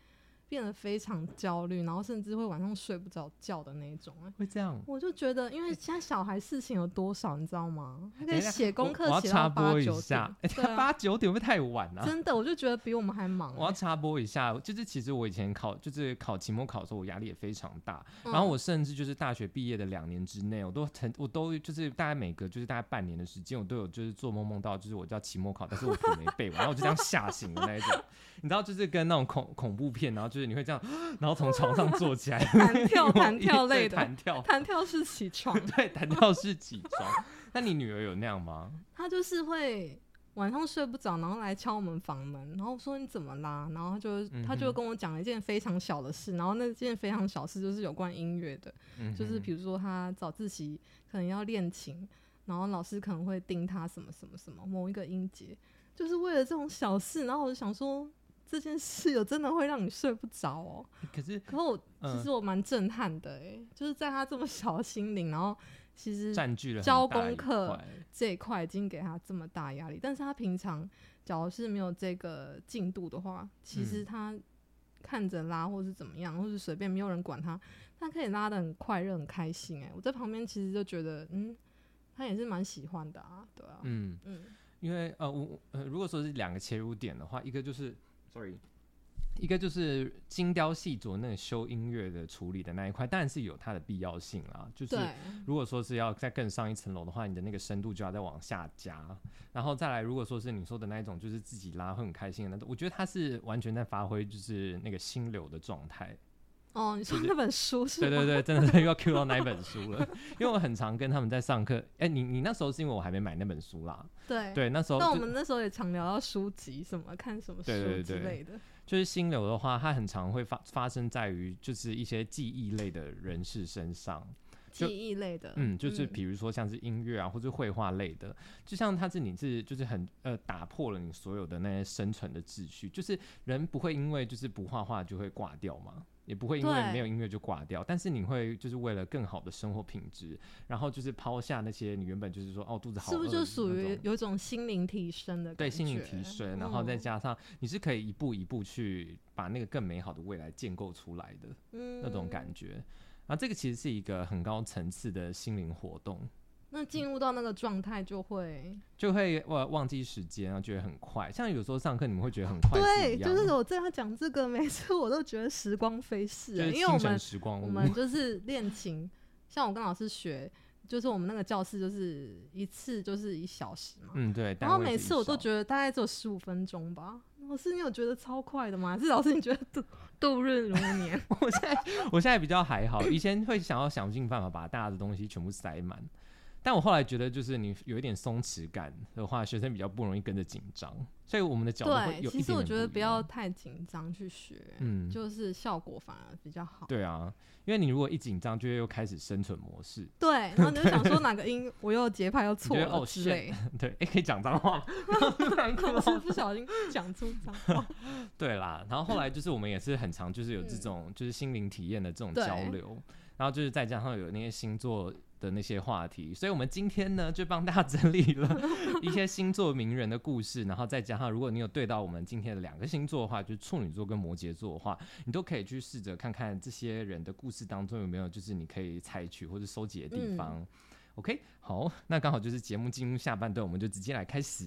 B: 变得非常焦虑，然后甚至会晚上睡不着觉的那一种、欸。
A: 会这样，
B: 我就觉得，因为现在小孩事情有多少，你知道吗？他可
A: 等
B: 以
A: 一下
B: 写
A: 我
B: 功课
A: 我要
B: 写到
A: 插
B: 八
A: 播
B: 九
A: 一
B: 点
A: 下，，哎
B: 对啊，
A: 八九点会不会太晚啊了、
B: 真的，我就觉得比我们还忙欸、
A: 我要插播一下，就是其实我以前考，就是考期末考的时候，我压力也非常大。
B: 嗯
A: 然后我甚至就是大学毕业的两年之内，我都曾我都就是大概每隔就是大概半年的时间，我都有就是做梦梦到就是我叫期末考，但是我可能没背完，然后我就这样吓醒的那一种。 你知道，就是跟那种恐恐怖片，然后就是你会这样，然后从床上坐起来，
B: 弹 跳
A: 因为我
B: 弹跳类
A: 对
B: 的
A: 弹跳，
B: 弹跳式 起床，
A: 对，弹跳是起床。 那你女儿有那样吗？
B: 他就是会晚上睡不着，然后来敲我们房门，然后说你怎么啦？然后就
A: 嗯哼
B: 他就跟我讲了一件非常小的事，然后那件非常小事就是有关音乐的，
A: 嗯哼，
B: 就是比如说他早自习可能要练琴，然后老师可能会盯他什么什么什么某一个音节，就是为了这种小事，然后我就想说这件事有真的会让你睡不着哦。
A: 可是
B: 可我
A: 嗯
B: 其实我蛮震撼的诶、就是在他这么小的心灵，然后其实
A: 占据了很
B: 教
A: 大
B: 功
A: 一
B: 课
A: 块
B: 这一块已经给他这么大压力，但是他平常假如是没有这个进度的话，其实
A: 嗯
B: 他看着拉或是怎么样，或是随便没有人管他，他可以拉的很快乐、很开心、欸。哎，我在旁边其实就觉得，嗯，他也是蛮喜欢的啊，对啊，
A: 嗯。
B: 嗯
A: 因为呃，我呃，如果说是两个切入点的话，一个就是 sorry，一个就是精雕细琢那个修音乐的处理的那一块，当然是有它的必要性啦。就是
B: 对，
A: 如果说是要再更上一层楼的话，你的那个深度就要再往下加。然后再来，如果说是你说的那一种，就是自己拉会很开心的那种，我觉得它是完全在发挥就是那个心流的状态。
B: 哦，你说
A: 就是
B: 那本书是
A: 对
B: 吗？
A: 对对，真的是又要 Q 到那一本书了，因为我很常跟他们在上课。哎、你你那时候是因为我还没买那本书啦，
B: 对
A: 对，那时候
B: 但我
A: 就
B: 们那时候也常聊到书籍什么，看什么书
A: 对对
B: 之
A: 对
B: 类的。
A: 就是心流的话，它很常会发发生在于就是一些记忆类的人士身上，
B: 记
A: 就
B: 忆类的，
A: 嗯，就是比如说像是音乐啊，或者绘画类的，就像它是你是就是很呃打破了你所有的那些生存的秩序，就是人不会因为就是不画画就会挂掉嘛。也不会因为
B: 对
A: 没有音乐就挂掉，但是你会就是为了更好的生活品质，然后就是抛下那些你原本就是说哦肚子好
B: 是不是
A: 饿
B: 就
A: 那
B: 属于
A: 种
B: 有一种心灵提升的
A: 对
B: 感觉？嗯
A: 心理提升，然后再加上你是可以一步一步去把那个更美好的未来建构出来的
B: 那
A: 那种
B: 嗯
A: 感觉。啊，这个其实是一个很高层次的心灵活动，
B: 那进入到那个状态就会，
A: 就会忘忘记时间啊，觉得很快。像有时候上课你们会觉得很快是一样
B: 就
A: 的，
B: 是我正要讲这个，每次我都觉得时光飞逝、欸
A: 就是
B: 因为我
A: 精神
B: 们
A: 时光
B: 我
A: 屋。
B: 们就是练琴，像我跟老师学，就是我们那个教室就是一次就是一小时嘛，
A: 嗯，对。
B: 然
A: 单
B: 后
A: 位
B: 每
A: 是一
B: 次我都
A: 小
B: 觉得大概只有十五分钟吧。老师，你有觉得超快的吗？ 还是老师你觉得度度日如 年？
A: 我现在我现在比较还好，以前会想要想尽办法把大家的东西全部塞满，但我后来觉得就是你有一点松弛感的话，学生比较不容易跟着紧张，所以我们的角度会
B: 对，
A: 有一点
B: 其实我
A: 点
B: 觉得
A: 不
B: 不
A: 一
B: 要
A: 样
B: 太紧张去学，
A: 嗯，
B: 就是效果反而比较好。
A: 对啊，因为你如果一紧张，就会又开始生存模式，
B: 对，然后你就想说哪个音我又节拍又错
A: 你觉得
B: 了
A: 哦
B: 之
A: ，shit
B: 类。
A: 对，哎、可以讲脏话吗，
B: 老师不小心讲出 脏话。
A: 对啦，然后后来就是我们也是很常就是有这种就是心灵体验的这种交
B: 对
A: 流，然后就是再加上有那些星座的那些话题，所以我们今天呢就帮大家整理了一些星座名人的故事，然后再加上如果你有对到我们今天的两个星座的话，就是处女座跟摩羯座的话，你都可以去试着看看这些人的故事当中有没有就是你可以采取或者收集的地方。OK，好， 那刚好就是节目进入下半段，我们就直接来开始。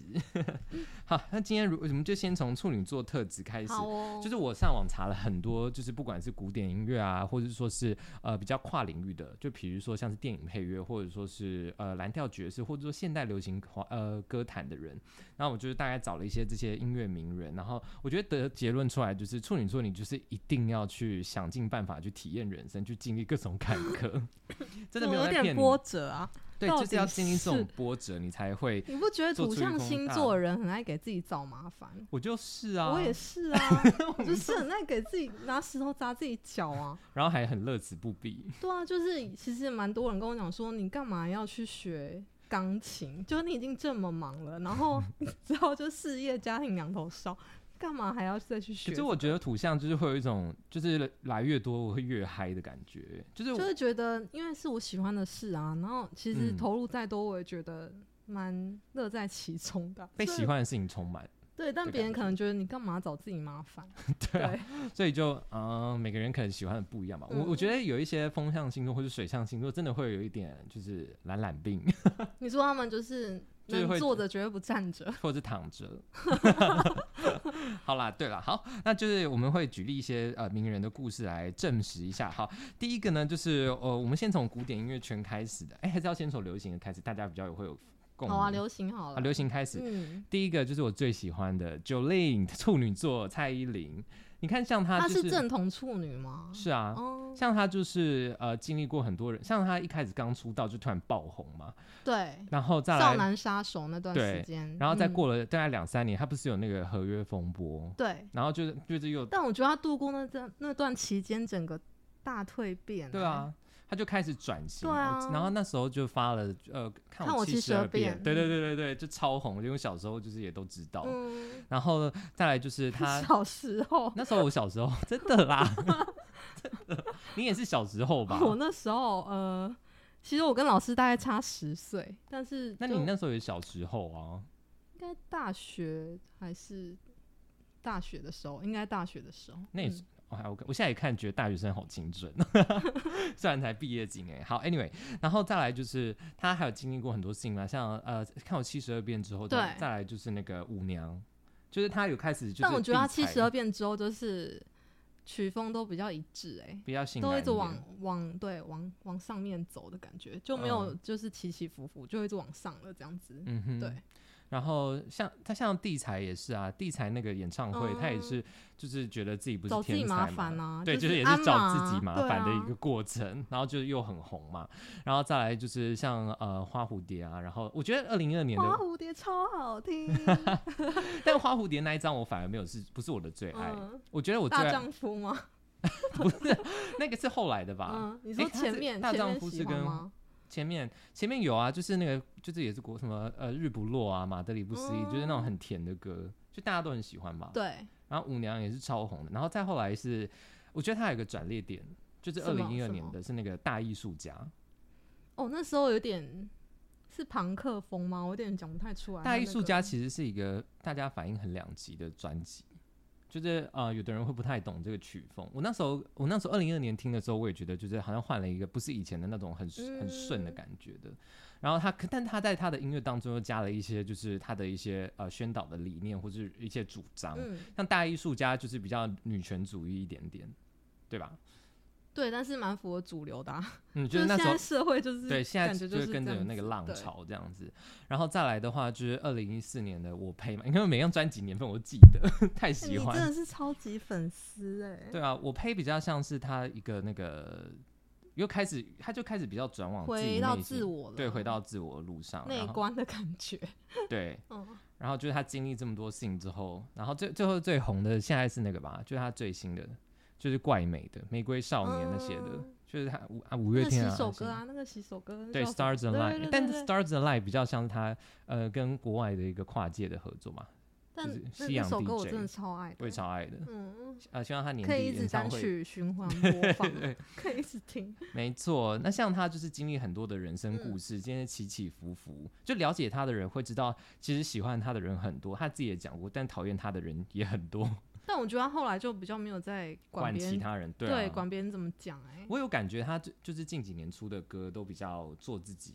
A: 好，那今天如我们就先从处女座特质开始。
B: 好哦，
A: 就是我上网查了很多，就是不管是古典音乐啊，或者说是呃比较跨领域的，就比如说像是电影配乐，或者说是呃蓝调爵士，或者说现代流行华呃歌坛的人。那我就是大概找了一些这些音乐名人，然后我觉得得结论出来就是处女座，你就是一定要去想尽办法去体验人生，去经历各种坎坷， 真的没
B: 有
A: 在骗
B: 点
A: 你。
B: 波折啊！
A: 对，
B: 到
A: 就是要
B: 底
A: 经历这种
B: 是
A: 波折，你才会。
B: 你不觉得
A: 做
B: 土
A: 出一
B: 象
A: 个
B: 星
A: 大
B: 座的人很爱给自己找麻烦？
A: 我就是啊，
B: 我也是啊， 就是很爱给自己拿石头砸自己脚啊。
A: 然后还很乐此不疲。
B: 对啊，就是其实蛮多人跟我讲说，你干嘛要去学钢琴？就是你已经这么忙了，然后 之后就事业、家庭两头烧，干嘛还要再去
A: 可
B: 学这
A: 是
B: 个？
A: 我觉得土象就是会有一种，就是来越多我会越嗨的感觉，就是我
B: 就是觉得，因为是我喜欢的事啊，然后其实
A: 嗯
B: 投入再多，我也觉得蛮乐在其中的。啊
A: 被
B: 所以
A: 喜欢的事情充满，
B: 对，但
A: 的
B: 别人
A: 感
B: 可能觉得你干嘛找自己麻烦？
A: 对啊，所以就嗯、呃每个人可能喜欢的不一样吧。
B: 嗯
A: 我我觉得有一些风象星座或是水象星座真的会有一点就是懒懒病，
B: 你说他们就是
A: 就是
B: 能
A: 会
B: 坐着绝对不站着，
A: 或者是躺着。 好啦，对啦，好，那就是我们会举例一些呃名人的故事来证实一下。好，第一个呢就是呃，我们先从古典音乐圈开始的，哎、还是要先从流行的开始，大家比较有会有共鸣。
B: 好啊，流行好
A: 啊
B: 了，
A: 流行开始，
B: 嗯，
A: 第一个就是我最喜欢的 Jolin 处女座蔡依林，你看像她
B: 她
A: 就是
B: 正统处女吗？
A: 是啊，
B: 哦，
A: 像她就是呃经历过很多人，像她一开始刚出道就突然爆红嘛，
B: 对，
A: 然后再
B: 少
A: 来，
B: 男杀手那段
A: 对
B: 时间，
A: 然后再
B: 嗯
A: 过了大概两三年，她不是有那个合约风波，
B: 对，
A: 然后就是就是又
B: 但我觉得他度过那段那段期间，整个大蜕变、
A: 对，啊。她就开始转型，
B: 对啊
A: 然后那时候就发了呃，看
B: 看我
A: 七十
B: 72
A: 二变，
B: 变
A: 对对对对对，就超红，因为小时候就是也都知道。
B: 嗯，
A: 然后再来就是 她。
B: 小时候，
A: 那时候我小时候真的啦， 真的，你也是小时候 吧？
B: 我那时候呃，其实我跟老师大概差十岁，但是
A: 那
B: 就
A: 你那时候也小时候啊？
B: 应该大学还是大学的时候，应该大学的时候，
A: 那也是
B: 嗯、
A: 我还我我现在也看觉得大学生好青春， 虽然才毕业几年。好，anyway，然后再来就是他还有经历过很多事情嘛，像呃看我七十二变之后，再
B: 对
A: 再来就是那个舞娘，就是他有开始就是，
B: 但我觉得他七十二变之后，就是曲风都比较一致、欸，
A: 比较性
B: 都
A: 感
B: 一
A: 一
B: 直
A: 点，
B: 往往对往往上面走的感觉，就没有
A: 嗯
B: 就是起起伏伏，就一直往上了这样子。
A: 嗯哼，
B: 对。
A: 然后像他像地才也是啊，地才那个演唱会，他也是就是觉得自己不
B: 哦找
A: 是
B: 自己
A: 天
B: 麻
A: 才
B: 烦
A: 嘛，
B: 啊，
A: 对，就是是也
B: 鞍
A: 是找自己
B: 马
A: 麻
B: 对
A: 烦的
B: 啊
A: 一个过程，然后就是又很红嘛，然后再来就是像呃花蝴蝶啊，然后我觉得二零一二年
B: 花
A: 的，
B: 蝴蝶超 好听，
A: 但花蝴蝶那一张我反而没有是不是我的最爱，
B: 嗯，
A: 我觉得哎我最
B: 大
A: 爱
B: 丈夫吗？
A: 不是那个是后来的吧，
B: 嗯，你说
A: 诶他
B: 前
A: 是
B: 面
A: 大
B: 前
A: 丈
B: 面
A: 夫
B: 喜
A: 是
B: 欢
A: 跟
B: 吗？
A: 前面前面有啊，就是那个就是也是国什么呃日不落啊，马德里不思议，就是那种很甜的歌，就大家都很喜欢嘛，
B: 哦对，
A: 然后舞娘也是超红的，然后再后来是我觉得它有个转捩点。就是
B: 什
A: 二
B: 么
A: 零一二
B: 什
A: 年
B: 么
A: 的是那个大艺术家，
B: 哦，那时候有点是朋克风吗？我有点讲不太出来。
A: 大
B: 他
A: 艺
B: 那
A: 术
B: 个
A: 家其实是一个大家反应很两极的专辑，就是呃，有的人会不太懂这个曲风。我那时候，我那时候二零二年听的时候，我也觉得就是好像换了一个不是以前的那种很顺很顺的
B: 嗯
A: 感觉的。然后他，可但他在他的音乐当中又加了一些就是他的一些呃宣导的理念或是一些主张。
B: 嗯，
A: 像大艺术家就是比较女权主义一点点，对吧？
B: 对，但是蛮符合主流的啊，
A: 嗯，
B: 就
A: 就是是那时
B: 现
A: 候
B: 在社会就是
A: 对，现在
B: 感觉
A: 就是跟着
B: 这
A: 有
B: 样
A: 那个
B: 子
A: 浪。
B: 对
A: 潮这样子，然后再来的话就是二零一四年的我呸嘛，因为每张专辑年份我都记得， 太
B: 哎
A: 喜
B: 你真
A: 欢。
B: 的是超级粉丝哎，
A: 对啊，我呸比较像是他一个那个，又开始他就开始比较转往自己
B: 回到
A: 内心
B: 自我了，
A: 对，回到自我的路上，
B: 内
A: 然后
B: 观的感觉。
A: 对，
B: 嗯，
A: 然后就是他经历这么多事情之后，然后最最后最红的现在是那个吧，就是他最新的，就是怪美的玫瑰少年那些的，
B: 嗯
A: 就是他五啊五
B: 那
A: 月
B: 个
A: 天
B: 洗
A: 啊，
B: 手
A: 什
B: 歌
A: 么
B: 啊，那个洗手歌
A: 对
B: 叫什
A: ，Stars
B: 么
A: Align，
B: 对对对
A: 但是
B: 对
A: Stars Align 比较像是他呃跟国外的一个跨界的合作嘛，
B: 但
A: 就是
B: 那
A: 西
B: 那
A: 洋
B: 首歌我
A: DJ
B: 真的超爱的，
A: 我也超爱的。
B: 嗯，
A: 啊，希望他年
B: 可以
A: 底
B: 一直
A: 演唱
B: 单
A: 会，
B: 曲循 环播放， 可以一直听。
A: 没错。那像他就是经历很多的人
B: 嗯
A: 生故事，今天起起伏伏，就了解他的人会知道，其实喜欢他的人很多，他自己也讲过，但讨厌他的人也很多，
B: 但我觉得他后来就比较没有在管
A: 管
B: 别
A: 其
B: 人，
A: 他人对、
B: 对,、
A: 啊、
B: 管别人怎么讲哎、
A: 我有感觉他就就是近几年出的歌都比较做自己，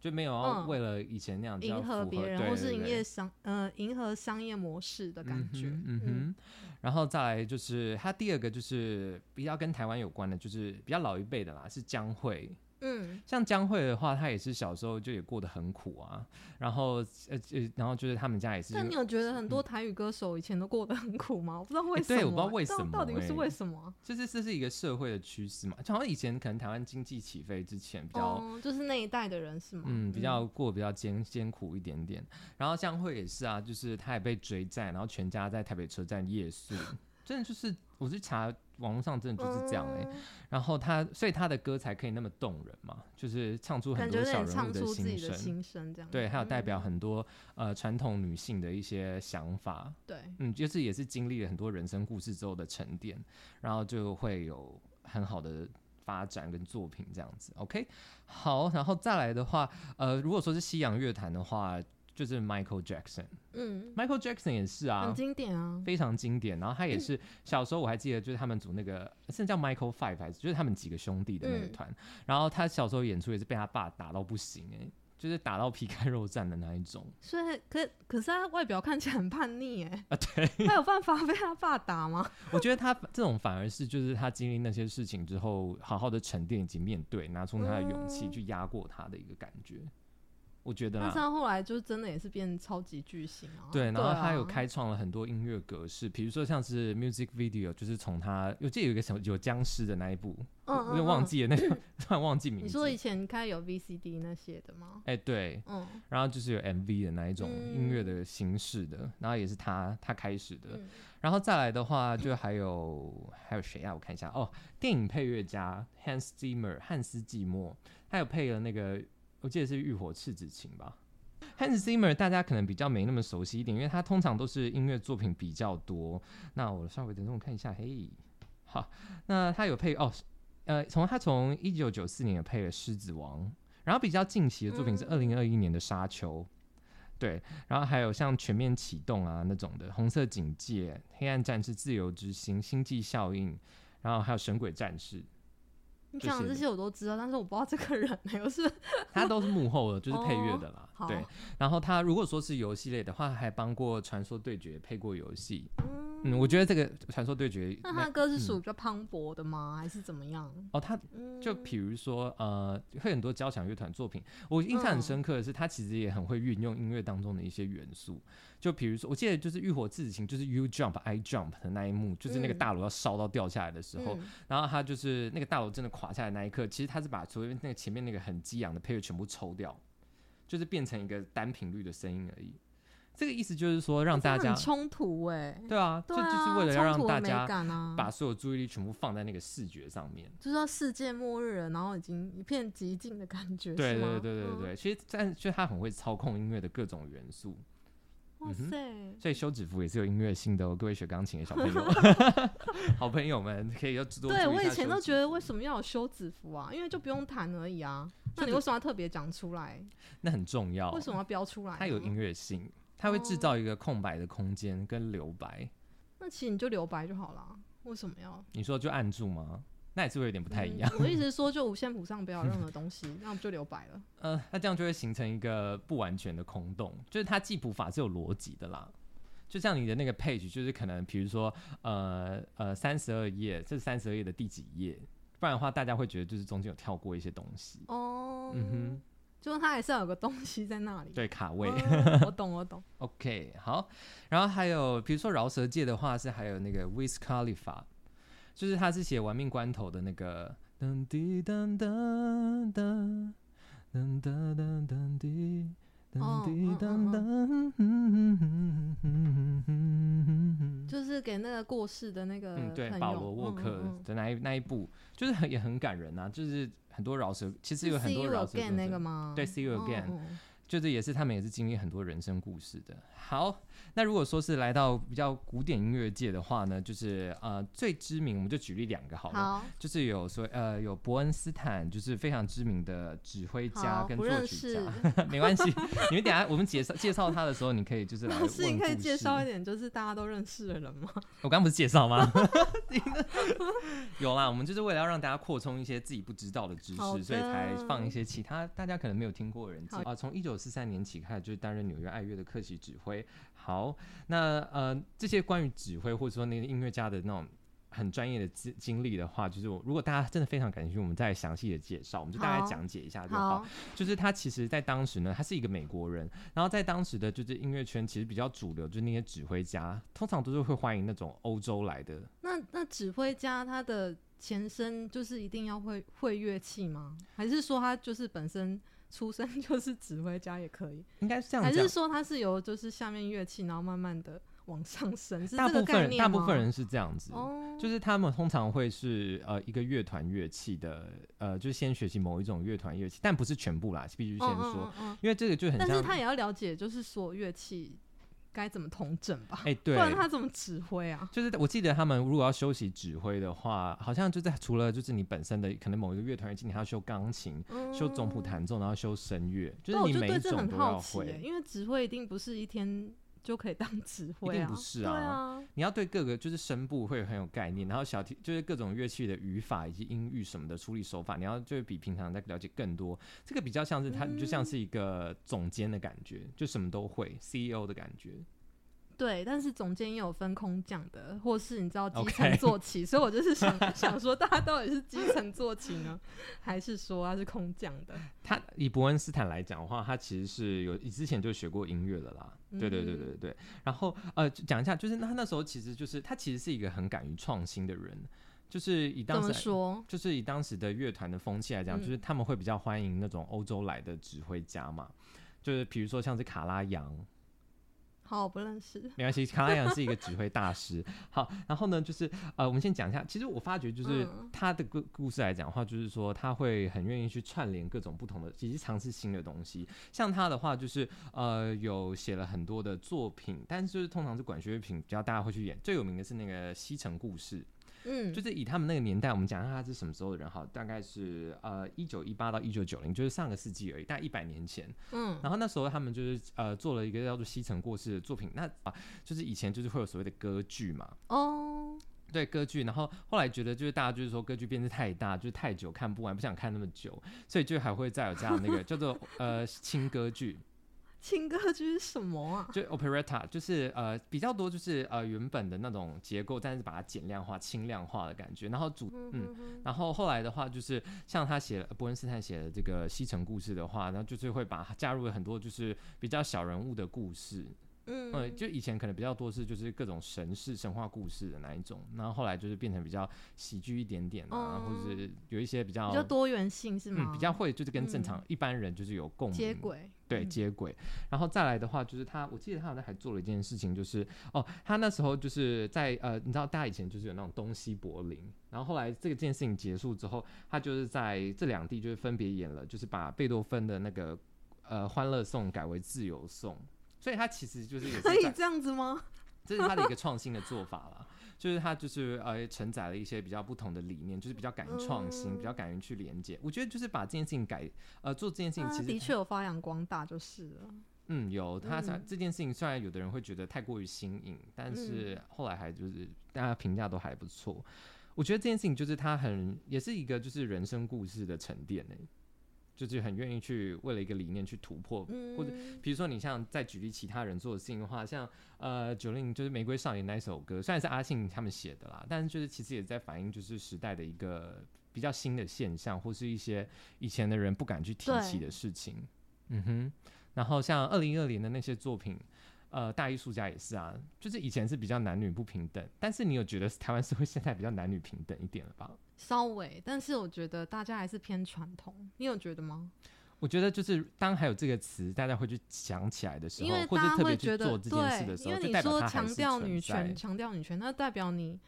A: 就没有要
B: 嗯
A: 为了以前那样子要
B: 迎
A: 符
B: 合别人
A: 对
B: 或
A: 对
B: 是营
A: 对
B: 业商呃迎合商业模式的感觉，
A: 嗯哼嗯哼，然后再来就是他第二个就是比较跟台湾有关的，就是比较老一辈的啦，是江蕙。
B: 嗯
A: 像江蕙的话，她也是小时候就也过得很苦啊，然后呃呃，然后就是他们家也是因
B: 但你
A: 为，
B: 有觉得很多台语歌手以前都过得很苦吗？我不知道为
A: 哎
B: 什么、
A: 对我不知道为
B: 到
A: 什么
B: 到底
A: 哎
B: 是为什么啊？
A: 就是这是一个社会的趋势嘛，就好像以前可能台湾经济起飞之前比较。
B: 哦，就是那一代的人是吗？
A: 嗯，比较过得比较艰艰苦一点点，然后江蕙也是啊，就是她也被追债，然后全家在台北车站夜宿，真的就是我去查网络上真的就是这样哎、
B: 嗯
A: 然后他，所以他的歌才可以那么动人嘛，就是唱出很
B: 感
A: 多
B: 觉有
A: 小
B: 点
A: 人物
B: 唱出自
A: 心
B: 己的
A: 声，
B: 心声这样。
A: 对，还有代表
B: 嗯、
A: 很多呃传统女性的一些想法，
B: 对，
A: 嗯，就是也是经历了很多人生故事之后的沉淀，然后就会有很好的发展跟作品这样子。OK，好，然后再来的话，呃，如果说是西洋乐坛的话，就是 Michael Jackson，Michael
B: 嗯，
A: Jackson 也是啊，
B: 很经典啊。
A: 非常经典。然后他
B: 嗯
A: 也是小时候我还记得，就是他们组那个是叫 Michael Five 还是就是他们几个兄弟的那个
B: 嗯
A: 团。然后他小时候演出也是被他爸打到不行哎、就是打到皮开肉绽的那一种。
B: 所以可可是他外表看起来很叛逆哎、
A: 啊对，
B: 他有办法被他爸打吗？
A: 我觉得他这种反而是就是他经历那些事情之后，好好的沉淀以及面对，拿出他的勇气
B: 嗯
A: 去压过他的一个感觉。我觉得
B: 但
A: 啦
B: 是，他后来就真的也是变超级巨星啊。
A: 啊对，然后他有
B: 啊
A: 开创了很多音乐格式，比如说像是 music video，就是从他我记得有一个什么有僵尸的那一部，
B: 嗯
A: 我有
B: 嗯
A: 点忘
B: 嗯
A: 记了那个，突然忘记名字。
B: 你说以前开有 VCD 那些的吗？
A: 哎、对，
B: 嗯
A: 然后就是有 MV 的那一种
B: 嗯
A: 音乐的形式的，然后也是他他开始的，
B: 嗯，
A: 然后再来的话就还有还有谁啊？我看一下哦，电影配乐家 Hans Zimmer 汉斯季默，他有配了那个我记得是《浴火赤子情》吧。Hans Zimmer 大家可能比较没那么熟悉一点，因为他通常都是音乐作品比较多。那我稍微等等我看一下，嘿，好，那他有配哦，呃，从他从一九九四年也配了《狮子王》，然后比较近期的作品是二零二一年的《沙丘》。对，然后还有像全面启动啊那种的，红色警戒、黑暗战士、自由之心、星际效应，然后还有神鬼战士，
B: 你
A: 这
B: 讲的
A: 些
B: 这
A: 的
B: 些我都知道，但是我不知道这个人哎、我是
A: 他都是幕后的，就是配乐的啦。
B: 哦好
A: 对，然后他如果说是游戏类的话，还帮过《传说对决》配过游戏。嗯，我觉得这个《传说对决》
B: 那他
A: 那
B: 的歌是
A: 嗯
B: 属于比较磅礴的吗？还是怎么样？
A: 哦，他
B: 嗯，
A: 就比如说呃，会很多交响乐团作品。我印象很
B: 嗯
A: 深刻的是，他其实也很会运用音乐当中的一些元素。就比如说，我记得就是《浴火自情》，就是 U jump I jump 的那一幕，就是那个
B: 嗯
A: 大楼要烧到掉下来的时候，
B: 嗯
A: 然后他就是那个大楼真的垮下来那一刻，其实他是把所有那个前面那个很激昂的配乐全部抽掉，就是变成一个单频率的声音而已。这个意思就是说，让大
B: 真的
A: 家
B: 很冲突哎、
A: 对啊，这
B: 对
A: 就
B: 啊，
A: 就是为了要
B: 冲
A: 让
B: 突的
A: 大
B: 美
A: 家
B: 感啊，
A: 把所有注意力全部放在那个视觉上面。
B: 就是要世界末日了，然后已经一片寂静的感觉，
A: 对
B: 是
A: 对
B: 吗
A: 对对对
B: 嗯
A: 对，其实但就他很会操控音乐的各种元素，
B: 哇
A: 嗯哼
B: 塞，
A: 所以休止符也是有音乐性的哦，各位学钢琴的小朋 友，好朋友们可以要多
B: 对
A: 注意
B: 我
A: 一
B: 以
A: 下
B: 前
A: 休
B: 都
A: 止
B: 觉得
A: 符
B: 为什么要有休止符啊？因为就不用弹而已啊。
A: 就
B: 那你
A: 是
B: 为什么要特别讲出来？
A: 那很重要，
B: 为什么要标出来？啊
A: 它有音。乐性，它会制造一个空白的空间跟留白。
B: 那其实你就留白就好了，啊为什么要？
A: 你说就按住吗？那也是会有点不
B: 不
A: 太一样。。
B: 我的意思是说，就五线谱上不要有 任何东西，那不就留白了？
A: 呃，那这样就会形成一个不完全的空洞，就是它记谱法是有逻辑的啦。就像你的那个 page，就是可能比如说呃呃三十二页，这三十二页的第几页，不然的话大家会觉得就是中间有跳过一些东西。
B: 哦，
A: 嗯
B: 就是它还是要有个东西在那里。
A: 哼，对卡位。
B: 哦我懂，我懂。
A: OK，好，然后还有比如说饶舌界的话是还有那个 Wiz Khalifa，就是他是写《玩命关头》的那个噔滴噔噔噔噔噔噔噔滴
B: 哦
A: 噔
B: 嗯
A: 滴噔噔。
B: 就是给那个过世的那个朋友，
A: 嗯，对，保罗·沃克
B: 嗯嗯嗯嗯
A: 的那一那一部，就是很也很感人啊，就是很多饶舌，其实
B: 是
A: 有很
B: See
A: 多
B: You
A: 饶舌歌
B: Again 那
A: 手
B: 个吗？
A: 对，See You
B: 哦
A: Again
B: 哦
A: 就是也是他们也是经历很多人生故事的。好，那如果说是来到比较古典音乐界的话呢，就是呃最知名，我们就举例两个好了，
B: 好，
A: 就是有说呃有伯恩斯坦，就是非常知名的指挥家
B: 好，
A: 跟
B: 不
A: 作
B: 认
A: 曲
B: 识
A: 家，， 没关系，你们等一下我们介绍介绍他的时候，你可以就是来
B: 老
A: 呃问
B: 师，你可以
A: 故
B: 介
A: 事
B: 绍一点，就是大家都认识的人吗？
A: 我刚不是介绍吗？ 有啦，我们就是为了要让大家扩充一些自己不知道的知
B: 好
A: 识，
B: 的
A: 所以才放一些其他大家可能没有听过的人进
B: 好
A: 啊。从一九四三年起开始，就是担任纽约爱乐的客席指挥。好，那呃，这些关于指挥或者说那个音乐家的那种。很专业的经经历的话，就是我如果大家真的非常感兴趣，我们再详细的介绍，我们就大概
B: 好
A: 讲解一下就好
B: 好，
A: 就是他其实，在当时呢，他是一个美国人，然后在当时的就是音乐圈，其实比较主流，就是那些指挥家，通常都是会欢迎那种欧洲来的。
B: 那那指挥家他的前身就是一定要会会乐器吗？还是说他就是本身出生 就是指挥家也可以？
A: 应该是这样
B: 还
A: 讲
B: 是，说他是由就是下面乐器，然后慢慢的往上升？是
A: 大
B: 这个
A: 部分
B: 概
A: 人
B: 念
A: 大部
B: 吗
A: 分人是这样子，
B: 哦，
A: 就是他们通常会是呃一个乐团乐器的，呃，就是先学习某一种乐团乐器，但不是全部啦，必须
B: 嗯
A: 先
B: 嗯
A: 说，
B: 嗯嗯
A: 因为这个就很
B: 但
A: 像
B: 是，他也要了解，就是所有乐器该怎么统整吧，
A: 哎、
B: 不
A: 对，
B: 然他怎么指挥啊？
A: 就是我记得他们如果要休息指挥的话，好像就在除了就是你本身的可能某一个乐团乐器，你还要修钢琴、修总谱
B: 嗯
A: 弹奏，然后修声乐，就
B: 那
A: 是
B: 我
A: 你
B: 就
A: 每
B: 对
A: 一
B: 这
A: 种
B: 很
A: 都
B: 好
A: 要
B: 奇耶，
A: 会。
B: 因为指挥一定不是一天就可以当指挥
A: 定
B: 啊，
A: 不是
B: 对
A: 啊
B: 啊，
A: 你要对各个就是声部会很有概念，然后小提就是各种乐器的语法以及音域什么的处理手法，你要就是比平常再了解更多。这个比较像是他、就像是一个总监的感觉，就什么都会 CEO 的感觉。
B: 对，但是总监也有分空降的，或是你知道基
A: OK
B: 层坐起所以我就 是想想说，大家到底是基层坐起呢，还是说他是空降的？
A: 他以伯恩斯坦来讲的话，他其实是有之前就学过音乐了啦。对对对对
B: 嗯
A: 对。然后呃，就讲一下，就是那他那时候其实就是他其实是一个很敢于创新的人，就是以
B: 怎
A: 当时
B: 么说？
A: 就是以当时的乐团的风气来讲，
B: 嗯
A: 就是他们会比较欢迎那种欧洲来的指挥家嘛。就是比如说像是卡拉扬，
B: 好，我不认识。
A: 没关系，卡拉扬是一个指挥大师。好，然后呢，就是呃，我们先讲一下，其实我发觉就是
B: 嗯
A: 他的故故事来讲的话，就是说他会很愿意去串联各种不同的，以及尝试新的东西。像他的话，就是呃有写了很多的作品，但是就是通常是管弦乐品比较大家会去演，最有名的是那个《西城故事》。
B: 嗯，
A: 就是以他们那个年代，我们讲一下他是什么时候的人好，大概是呃一九一八到一九九零，就是上个世纪而已，大概一百年前。
B: 嗯，
A: 然后那时候他们就是呃做了一个叫做《西城过世》的作品，那啊就是以前就是会有所谓的歌剧嘛，
B: 哦，
A: 对歌剧，然后后来觉得就是大家就是说歌剧变得太大，就是太久看不完，不想看那么久，所以就还会再有这样那个叫做呃轻歌剧，
B: 情歌剧是什么啊？
A: 就 operetta，就是呃比较多就是呃原本的那种结构，但是把它简量化、轻量化的感觉，然后主嗯
B: 嗯哼
A: 然后后来的话，就是像他写了伯恩斯坦写的这个《西城故事》的话，然后就是会把它加入了很多就是比较小人物的故事，
B: 嗯
A: 嗯，就以前可能比较多是就是各种神事、神话故事的那一种，然后后来就是变成比较喜剧一点点啊，
B: 嗯
A: 或者是有一些比较
B: 比较多元性是吗？
A: 嗯比较会就是跟正常
B: 嗯
A: 一般人就是有共鸣
B: 接轨，
A: 对
B: 嗯
A: 接轨，然后再来的话就是他，我记得他好像还做了一件事情，就是哦，他那时候就是在呃，你知道大家以前就是有那种东西柏林，然后后来这个件事情结束之后，他就是在这两地就是分别演了，就是把贝多芬的那个呃《欢乐颂》改为《自由颂》，所以他其实就是也 是
B: 可以
A: 在
B: 这样子吗？
A: 这是他的一个创新的做法啦，就是他就是呃承载了一些比较不同的理念，就是比较敢于创新，
B: 哦
A: 比较敢于去连接。我觉得就是把这件事情改呃做这件事情，
B: 啊
A: 其实
B: 的确有发扬光大就是了。
A: 嗯，有他才
B: 嗯
A: 这件事情，虽然有的人会觉得太过于新颖，但是后来还就是大家评价都还不错。我觉得这件事情就是他很也是一个就是人生故事的沉淀呢、就是很愿意去为了一个理念去突破。
B: 嗯，
A: 或者比如说你像再举例其他人做的事情的话，像呃九零就是《玫瑰少年》那一首歌，虽然是阿信他们写的啦，但是就是其实也在反映就是时代的一个比较新的现象，或是一些以前的人不敢去提起
B: 对
A: 的事情。嗯哼，然后像二零二零的那些作品。呃，大艺术家也是啊，就是以前是比较男女不平等，但是你有觉得台湾社会现在比较男女平等一点了吧？
B: 稍微，但是我觉得大家还是偏传统，你有觉得吗？
A: 我觉得就是当还有这个词，大家会去想起来的时
B: 因
A: 候，
B: 为
A: 或者
B: 大家
A: 特别
B: 会
A: 去
B: 觉
A: 做
B: 得
A: 这件事的时候，
B: 对，因为
A: 就
B: 你
A: 代表
B: 说
A: 它还
B: 强
A: 是
B: 调
A: 存
B: 女
A: 在
B: 权，强调女权，那代表你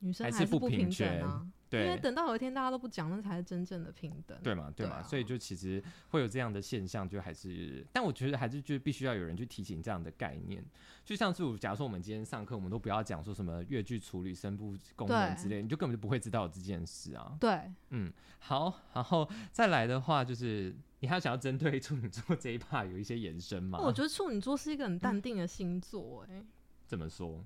B: 女生
A: 还是
B: 是
A: 不
B: 不
A: 平
B: 平等啊。因为
A: 对。
B: 等到有一天大家都不讲，那才是真正的平等。
A: 对嘛，对嘛，
B: 对啊
A: 所以就其实会有这样的现象，就还是，但我觉得还是就必须要有人去提醒这样的概念。就像是我，假如说我们今天上课，我们都不要讲说什么越剧处理声部功能
B: 对
A: 之类，你就根本就不会知道有这件事啊。
B: 对，
A: 嗯，好，然后再来的话，就是你还有想要针对处女座这一 part 有一些延伸吗？
B: 我觉得处女座是一个很淡定的星座、哎、
A: 怎么说？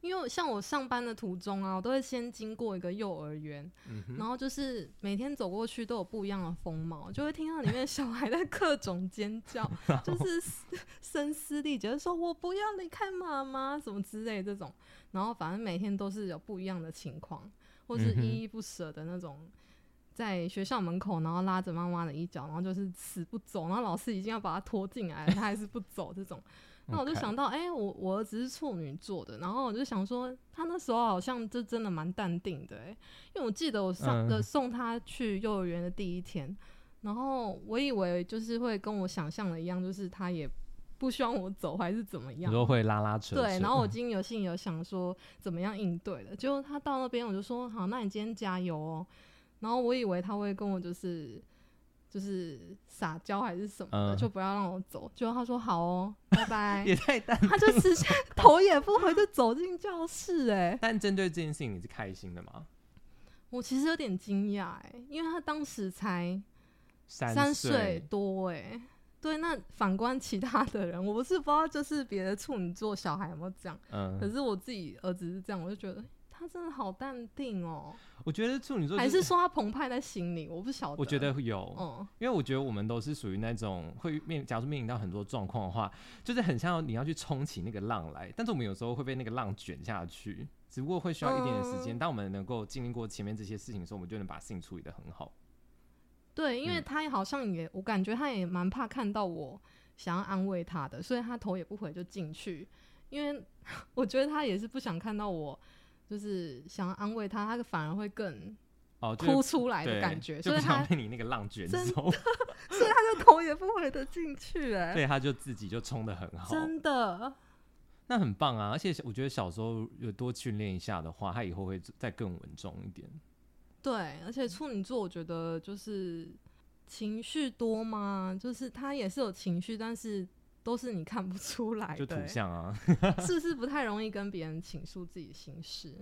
B: 因为像我上班的途中啊，我都会先经过一个幼儿园，
A: 嗯哼，
B: 然后就是每天走过去都有不一样的风貌，就会听到里面小孩在各种 尖叫，就是嘶声嘶力竭地说“我不要离开妈妈”什么之类这种，然后反正每天都是有不一样的情况，或是
A: 嗯哼
B: 依依不舍的那种。在学校门口，然后拉着妈妈的衣角，然后就是死不走，然后老师已经要把他拖进来了，他还是不走。这 种，那我就
A: OK
B: 想到，哎、我我儿子是处女座的，然后我就想说，他那时候好像就真的蛮淡定的、哎，因为我记得我上
A: 嗯
B: 的送他去幼儿园的第一天，然后我以为就是会跟我想象的一样，就是他也不希望我走还是怎么
A: 你
B: 样，
A: 说会拉拉扯扯，
B: 对，然后我已经有心里有想说怎么样应对了，结果他到那边我就说好，那你今天加油哦。然后我以为他会跟我就是就是撒娇还是什么的，
A: 嗯
B: 就不要让我走。结果他说好哦，拜拜
A: 也。太 淡。
B: 他就直接 头也不回就走进教室、哎，
A: 但针对这件事情，你是开心的吗？
B: 我其实有点惊讶，哎，因为他当时才
A: 三
B: 三岁多、哎。对，那反观其他的人，我不是不知道，就是别的处女座小孩有没有这样，可
A: 嗯，
B: 是我自己儿子是这样，我就觉得他真的好淡定哦，
A: 我觉得处女座就
B: 还是说他澎湃在心里？我不晓得。
A: 我觉，得有，
B: 嗯，
A: 因为我觉得我们都是属于那种会面，假如说面临到很多状况的话，就是很像你要去冲起那个浪来，但是我们有时候会被那个浪卷下去，只不过会需要一点点时
B: 哦
A: 间。当我们能够经历过前面这些事情的时候，我们就能把事情处理的很好。
B: 对，因为
A: 嗯
B: 他好像也，我感觉他也蛮怕看到我想要安慰他的，所以他头也不回就进去，因为 我觉得他也是不想看到我。就是想要安慰他，他反而会更
A: 哦，就是
B: 哭出来的
A: 对
B: 感觉，
A: 就
B: 所以
A: 不
B: 他
A: 想被你那个浪卷
B: 真
A: 走，
B: 他就头也不回的进去、哎，
A: 对，他就自己就冲的很好，
B: 真的，
A: 那很棒啊！而且我觉得小时候有多训练一下的话，他以后会再更稳重一点。
B: 对，而且处女座，我觉得就是情绪多嘛，就是他也是有情绪，但是都是你看不出来
A: 就
B: 的、
A: 图
B: 欸，
A: 像 啊，
B: 是不是不太容易跟别人倾诉自己心事？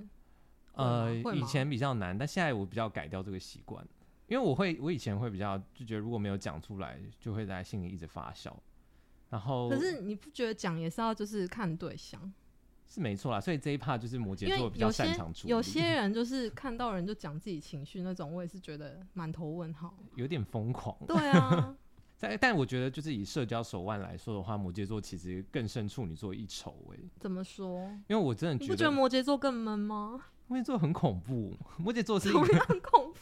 A: 呃，
B: 会吗
A: 以前比较难，但现在我比较改掉这个习惯，因为我会，我以前会比较就觉得如果没有讲出来，就会在心里一直发酵，然后
B: 可是你不觉得讲也是要就是看对象，
A: 是没错啦，所以这一趴就是摩
B: 因
A: 羯座
B: 为
A: 比较
B: 有
A: 擅
B: 些
A: 长处理，
B: 有些人就是看到人就讲自己情绪那种，我也是觉得满头问号。
A: 有点疯狂，
B: 对啊，
A: 但但我觉得就是以社交手腕来说的话，摩羯座其实更胜处女座一筹诶、
B: 怎么说？
A: 因为我真的
B: 你
A: 觉
B: 不觉
A: 得
B: 得摩羯座更闷吗？
A: 摩羯座很恐怖，摩羯 座是一
B: 怎么
A: 个
B: 样恐怖？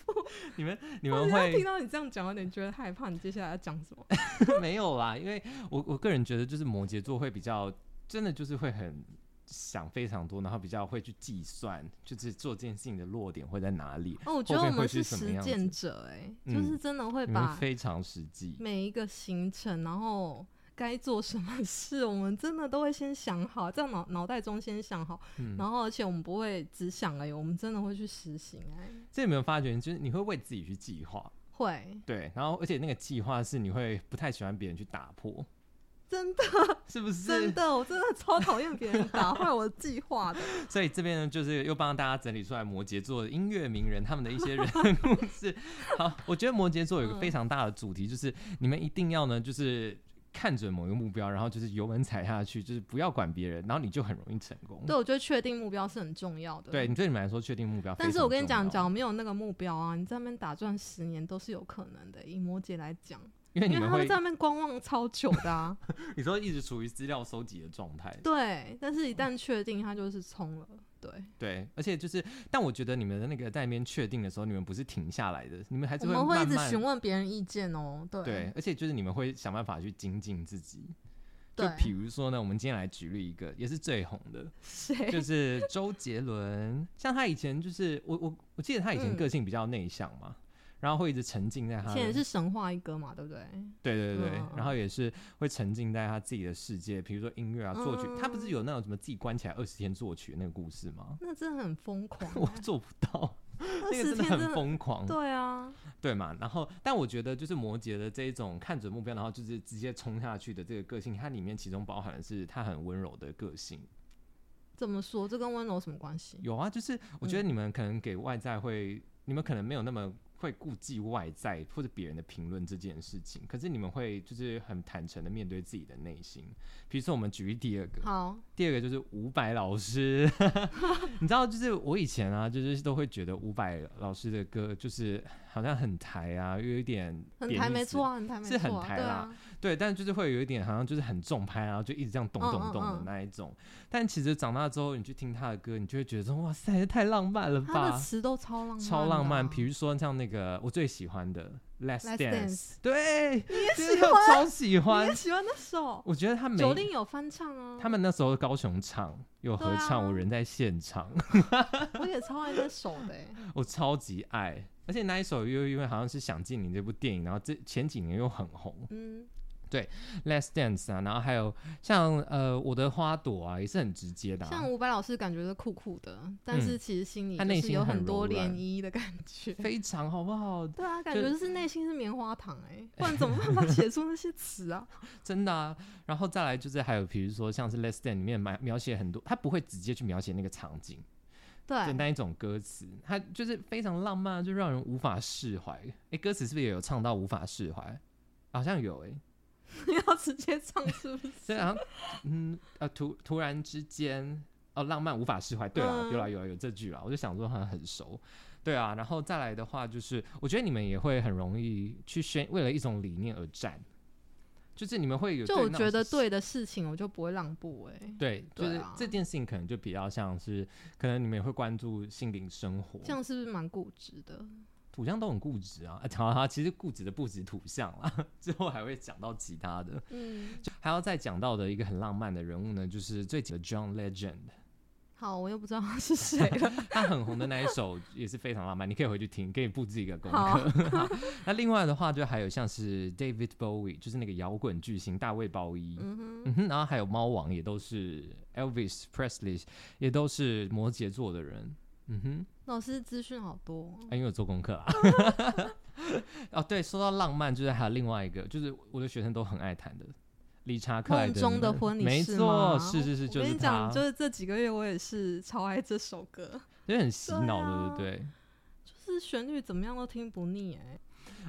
A: 你们你
B: 我
A: 们
B: 觉得
A: 会
B: 听到你这样讲，有点觉得害怕。你接下来要讲 什么？
A: 没有啦，因为我我个人觉得，就是摩羯座会比较，真的就是会很想非常多，然后比较会去计算，就是做这件事情的落点会在哪里，
B: 哦，我觉
A: 后
B: 得我
A: 面会
B: 们
A: 是
B: 是
A: 什么
B: 实
A: 样
B: 践者、欸，哎，就
A: 嗯
B: 是真的会
A: 你们
B: 把
A: 非常实际。
B: 每一个行程，然后该做什么事，我们真的都会先想好，在脑脑袋中先想好，
A: 嗯，
B: 然后而且我们不会只想而已，我们真的会去实行、哎，
A: 这有没有发觉？就是你会为自己去计划，
B: 会
A: 对，然后而且那个计划是你会不太喜欢别人去打破，
B: 真的
A: 是不是？
B: 真的，我真的超讨厌别人打坏我的计划 的。
A: 所以这边呢，就是又帮大家整理出来摩羯座的音乐名人他们的一些人物事。好，我觉得摩羯座有一个非常大的主题，就是你们一定要呢，就是看准某一个目标，然后就是油门踩下去，就是不要管别人，然后你就很容易成功。
B: 对，我觉得确定目标是很重要的。
A: 对，你对你们来说确定目啊标非常重要。
B: 但是我跟你讲，假如没有那个目标啊，你在那边打转十年都是有可能的。以摩羯来讲，
A: 因为
B: 因
A: 你
B: 为
A: 们
B: 他们
A: 会
B: 在，那边观望超久的啊。
A: 你说一直处于资料收集的状态。
B: 对，但是一旦确定，他就是冲了。对，
A: 对，而且就是，但我觉得你们的那个在那边确定的时候，你们不是停下来的，你们还是
B: 我们会一
A: 慢
B: 直
A: 慢
B: 询问别人意见哦。对，
A: 对，而且就是你们会想办法去精进自己。就
B: 对
A: 比如说呢，我们今天来举例一个，也是最红的，就
B: 谁？
A: 是周杰伦。像他以前就是我我我记得他以前
B: 嗯
A: 个性比较内向嘛，然后会一直沉浸在他
B: 以
A: 的，
B: 前也是神话一哥嘛，对不对？
A: 对对对，
B: 嗯嗯
A: 然后也是会沉浸在他自己的世界，比如说音乐啊、作曲。他不
B: 嗯
A: 是有那种什么自己关起来二十天作曲的那个故事吗？
B: 那真的很疯狂
A: 我
B: 欸、
A: 做不到，那个
B: 20
A: 真的
B: 天真
A: 很
B: 的
A: 疯狂，
B: 对啊，
A: 对嘛？然后，但我觉得就是摩羯的这一种看准目标，然后就是直接冲下去的这个个性，它里面其中包含的是他很温柔的个性。
B: 怎么说？这跟温柔什么关系？
A: 有啊，就是我
B: 嗯
A: 觉得你们可能给外在会，你们可能没有那么会顾忌外在或者别人的评论这件事情，可是你们会就是很坦诚的面对自己的内心。比如说，我们举例第二个，
B: 好，
A: 第二个就是伍佰老师， 你知道，就是我以前啊，就是都会觉得伍佰老师的歌就是好像很台啊，又有一点
B: 很
A: 贬
B: 台
A: 义
B: 没
A: 词
B: 错啊，很台没
A: 是很
B: 错、啊，
A: 台
B: 对
A: 啦
B: 啊，
A: 对，但就是会有一点好像就是很重拍，然后就一直这样咚咚咚
B: 嗯嗯
A: 的
B: 嗯
A: 那一种。但其实长大之后，你去听他的歌，你就会觉得说，哇塞，这太浪漫了
B: 他的
A: 吧，
B: 词都超浪漫、啊
A: 超浪漫。比
B: 如
A: 如说像那个我最喜欢的《Last
B: Last
A: Dance》
B: Dance
A: 对，你也
B: 喜
A: 超喜
B: 你
A: 欢
B: 也。喜欢那首，
A: 我觉得他每
B: 九令有翻唱啊，
A: 他们那时候高雄唱有合唱，
B: 对啊
A: 我人在现场，
B: 我也超爱那首的、欸，
A: 我超级爱。而且那一首又因为好像是《想见你》这部电影，然后这前几年又很红。
B: 嗯，
A: Less Dance 啊，然后还有像呃我的花朵啊，也是很直接的、啊嗯
B: 像，伍佰老师感觉是酷酷的，但是其实心里
A: 他
B: 就
A: 内
B: 是
A: 心
B: 有
A: 很
B: 很多
A: 柔
B: 涟
A: 软
B: 漪的感觉。
A: 非常好不好？
B: 对啊，感
A: 就
B: 觉就是内心是棉花糖哎、 欸，不然怎么办法写出那些词啊？
A: 真的啊。然后再来就是还有比如说像是 Less Than 里面描描写很多，他不会直接去描写那个场景的
B: 对，
A: 那一种歌词，他就是非常浪漫，啊就让人无法释怀。诶，歌词是不是也有唱到无法释怀？好像有诶。
B: 要直接唱 是不是？
A: 所以好像嗯呃突突然之间哦浪漫无法释怀，对了、
B: 嗯
A: 有啦有啦有这句啦，我就想说好像很熟，对啊，然后再来的话就是我觉得你们也会很容易去宣为了一种理念而战，就是你们会有
B: 就
A: 对
B: 我
A: 那
B: 觉
A: 种
B: 得
A: 事
B: 对的事情，我就不会让步哎、
A: 对，就
B: 对
A: 是
B: 啊
A: 这件事情可能就比较像是可能你们也会关注心灵生活，
B: 这样是不是蛮固执的？
A: 土象都很固执啊，啊 好好，其实固执的不止土象啦， 之后还会讲到其他的，
B: 嗯，
A: 还要再讲到的一个很浪漫的人物呢，就是最近的 John Legend。
B: 好，我又不知道他是谁 了。
A: 他很红的那一首也是非常浪漫，你可以回去听，给你布置一个功
B: 好
A: 课。那另外的话，就还有像是 David Bowie，就是那个摇滚巨星大卫鲍伊，嗯
B: 嗯
A: 哼，然后还有猫王也都是 Elvis Presley，也都是摩羯座的人，嗯哼，
B: 哼，老师资讯好多，
A: 啊、因为我做功课 啦。哦，对，说到浪漫，就是还有另外一个，就是我的学生都很爱谈的。理查克莱
B: 梦
A: 德
B: 中的
A: 曼
B: 婚礼
A: 没
B: 是
A: 错，
B: 吗
A: 是是是，
B: 我
A: 就
B: 跟
A: 是
B: 你讲，
A: 他，
B: 就是这几个月我也是超爱这首歌，
A: 就是很洗
B: 对
A: 脑
B: 啊
A: 的，对不对？
B: 就是旋律怎么样都听不腻哎、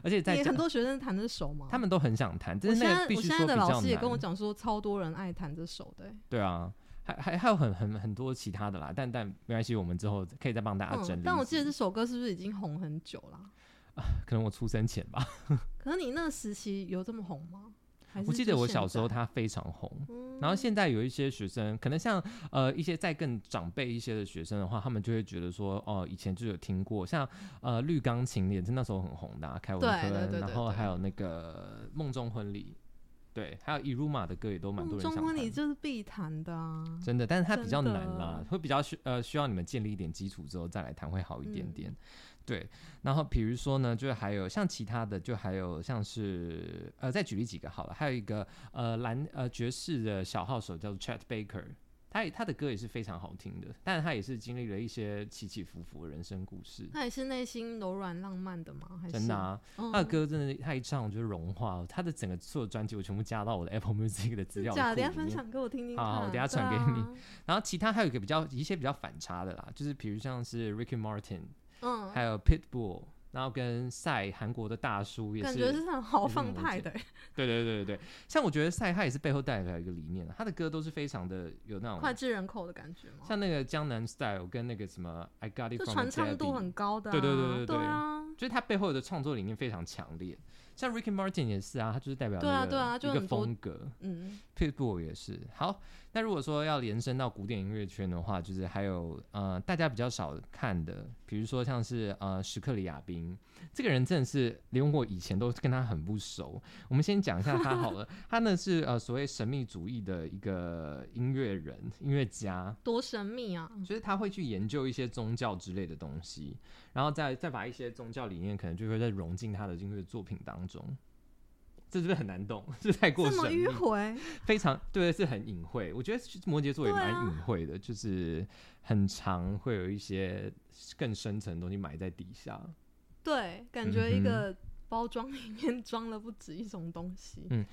A: 而且在
B: 你
A: 这
B: 很多学生弹这首吗？
A: 他们都很想谈，
B: 哦我
A: 但
B: 现
A: 是那
B: 在
A: 个必
B: 我
A: 须
B: 现
A: 说
B: 在
A: 比
B: 的
A: 较
B: 老
A: 难。
B: 师也跟我讲说，超多人爱弹这首的欸、
A: 对啊，还还还有很很很多其他的啦，但但没关系，我们之后可以再帮大家啊整理一集。，
B: 嗯但我记得这首歌是不是已经红很久啦、
A: 可能我出生前吧，
B: 可是你那个时期有这么红吗？还是
A: 我记得
B: 就
A: 我
B: 现
A: 小时候
B: 在，
A: 它非常红。
B: 嗯
A: 然后现在有一些学生，可能像呃一些再更长辈一些的学生的话，他们就会觉得说，哦，以前就有听过，像呃绿钢琴也是那时候很红的、啊，凯文
B: 对
A: 科
B: 对
A: 恩，
B: 对
A: 然
B: 对
A: 后
B: 对
A: 还有那个梦中婚礼，对，还有伊鲁玛的歌也都蛮多
B: 梦
A: 人想
B: 嗯中
A: 弹
B: 婚
A: 的
B: 礼就是必弹的啊，
A: 真的，但是它比
B: 真
A: 较
B: 的
A: 难啦，会比较需呃需要你们建立一点基础之后再来谈会好一
B: 嗯
A: 点点。对，然后比如说呢，就是还有像其他的，就还有像是呃再举例几个好了，还有一个呃蓝呃爵士的小号手叫做 Chet Baker。他也他的歌也是非常好听的，但他也是经历了一些起起伏伏的人生故事，
B: 那也是内心柔软浪漫的吗？还是
A: 真的、啊。
B: 嗯
A: 他的歌真的，他一唱我就融化了。他的整个所有专辑我全部加到我的 Apple Music 的资
B: 真
A: 料
B: 假
A: 库里
B: 的？等一
A: 面
B: 下。分享给我听听
A: 好
B: 看。
A: 好我等一下传给
B: 对
A: 你
B: 啊
A: 然后其他还有一个比较一些比较反差的啦，就是比如像是 Ricky Martin，、
B: 嗯，
A: 还有 Pitbull，然后跟赛韩国的大叔也
B: 感
A: 是，嗯
B: 觉是很豪
A: 也是
B: 放
A: 摩
B: 派
A: 羯
B: 的欸，
A: 对对对对对。像我觉得赛他也是背后代表一个理念，啊他的歌都是非常的有那
B: 脍
A: 种，
B: 炙人口的感觉吗？
A: 像那个江南 Style 跟那个什么 I Got It
B: 就
A: From
B: 传
A: the
B: 唱度
A: Debbie，
B: 很高的啊，
A: 对对对对
B: 对
A: 对
B: 啊，
A: 就是他背后的创作理念非常强烈。像 Ricky Martin 也是啊，他就是代表
B: 对啊
A: 那个
B: 对啊就
A: 一个
B: 很多
A: 风格。
B: 嗯，
A: Pitbull 也是。好，那如果说要延伸到古典音乐圈的话，就是还有呃大家比较少看的，比如说像是呃史克里亚宾，这个人真的是连我以前都跟他很不熟。我们先讲一下他好了，他呢是呃所谓神秘主义的一个音乐人、音乐家。
B: 多神秘啊！
A: 就是他会去研究一些宗教之类的东西，然后再再把一些宗教理念可能就会再融进他的音乐作品当中。这是不是很难懂？ 是太过
B: 这么
A: 神秘
B: 迂，回，
A: 非常对，是很隐晦。我觉得摩羯座也
B: 对
A: 蛮
B: 啊
A: 隐晦的，就是很常会有一些更深层的东西埋在底下。
B: 对，感觉
A: 嗯
B: 一个包装里面 装了不止一种东西。
A: 嗯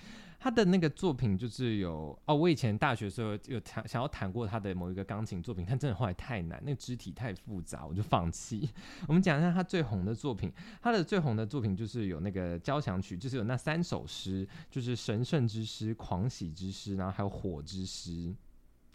A: 他的那个作品就是有哦，我以前大学的时候有弹想要弹过他的某一个钢琴作品，但真的后来太难，那个肢体太复杂，我就放弃。 我们讲一下他最红的作品，他的最红的作品就是有那个交响曲，就是有那三首诗，就是神圣之诗、狂喜之诗，然后还有火之诗。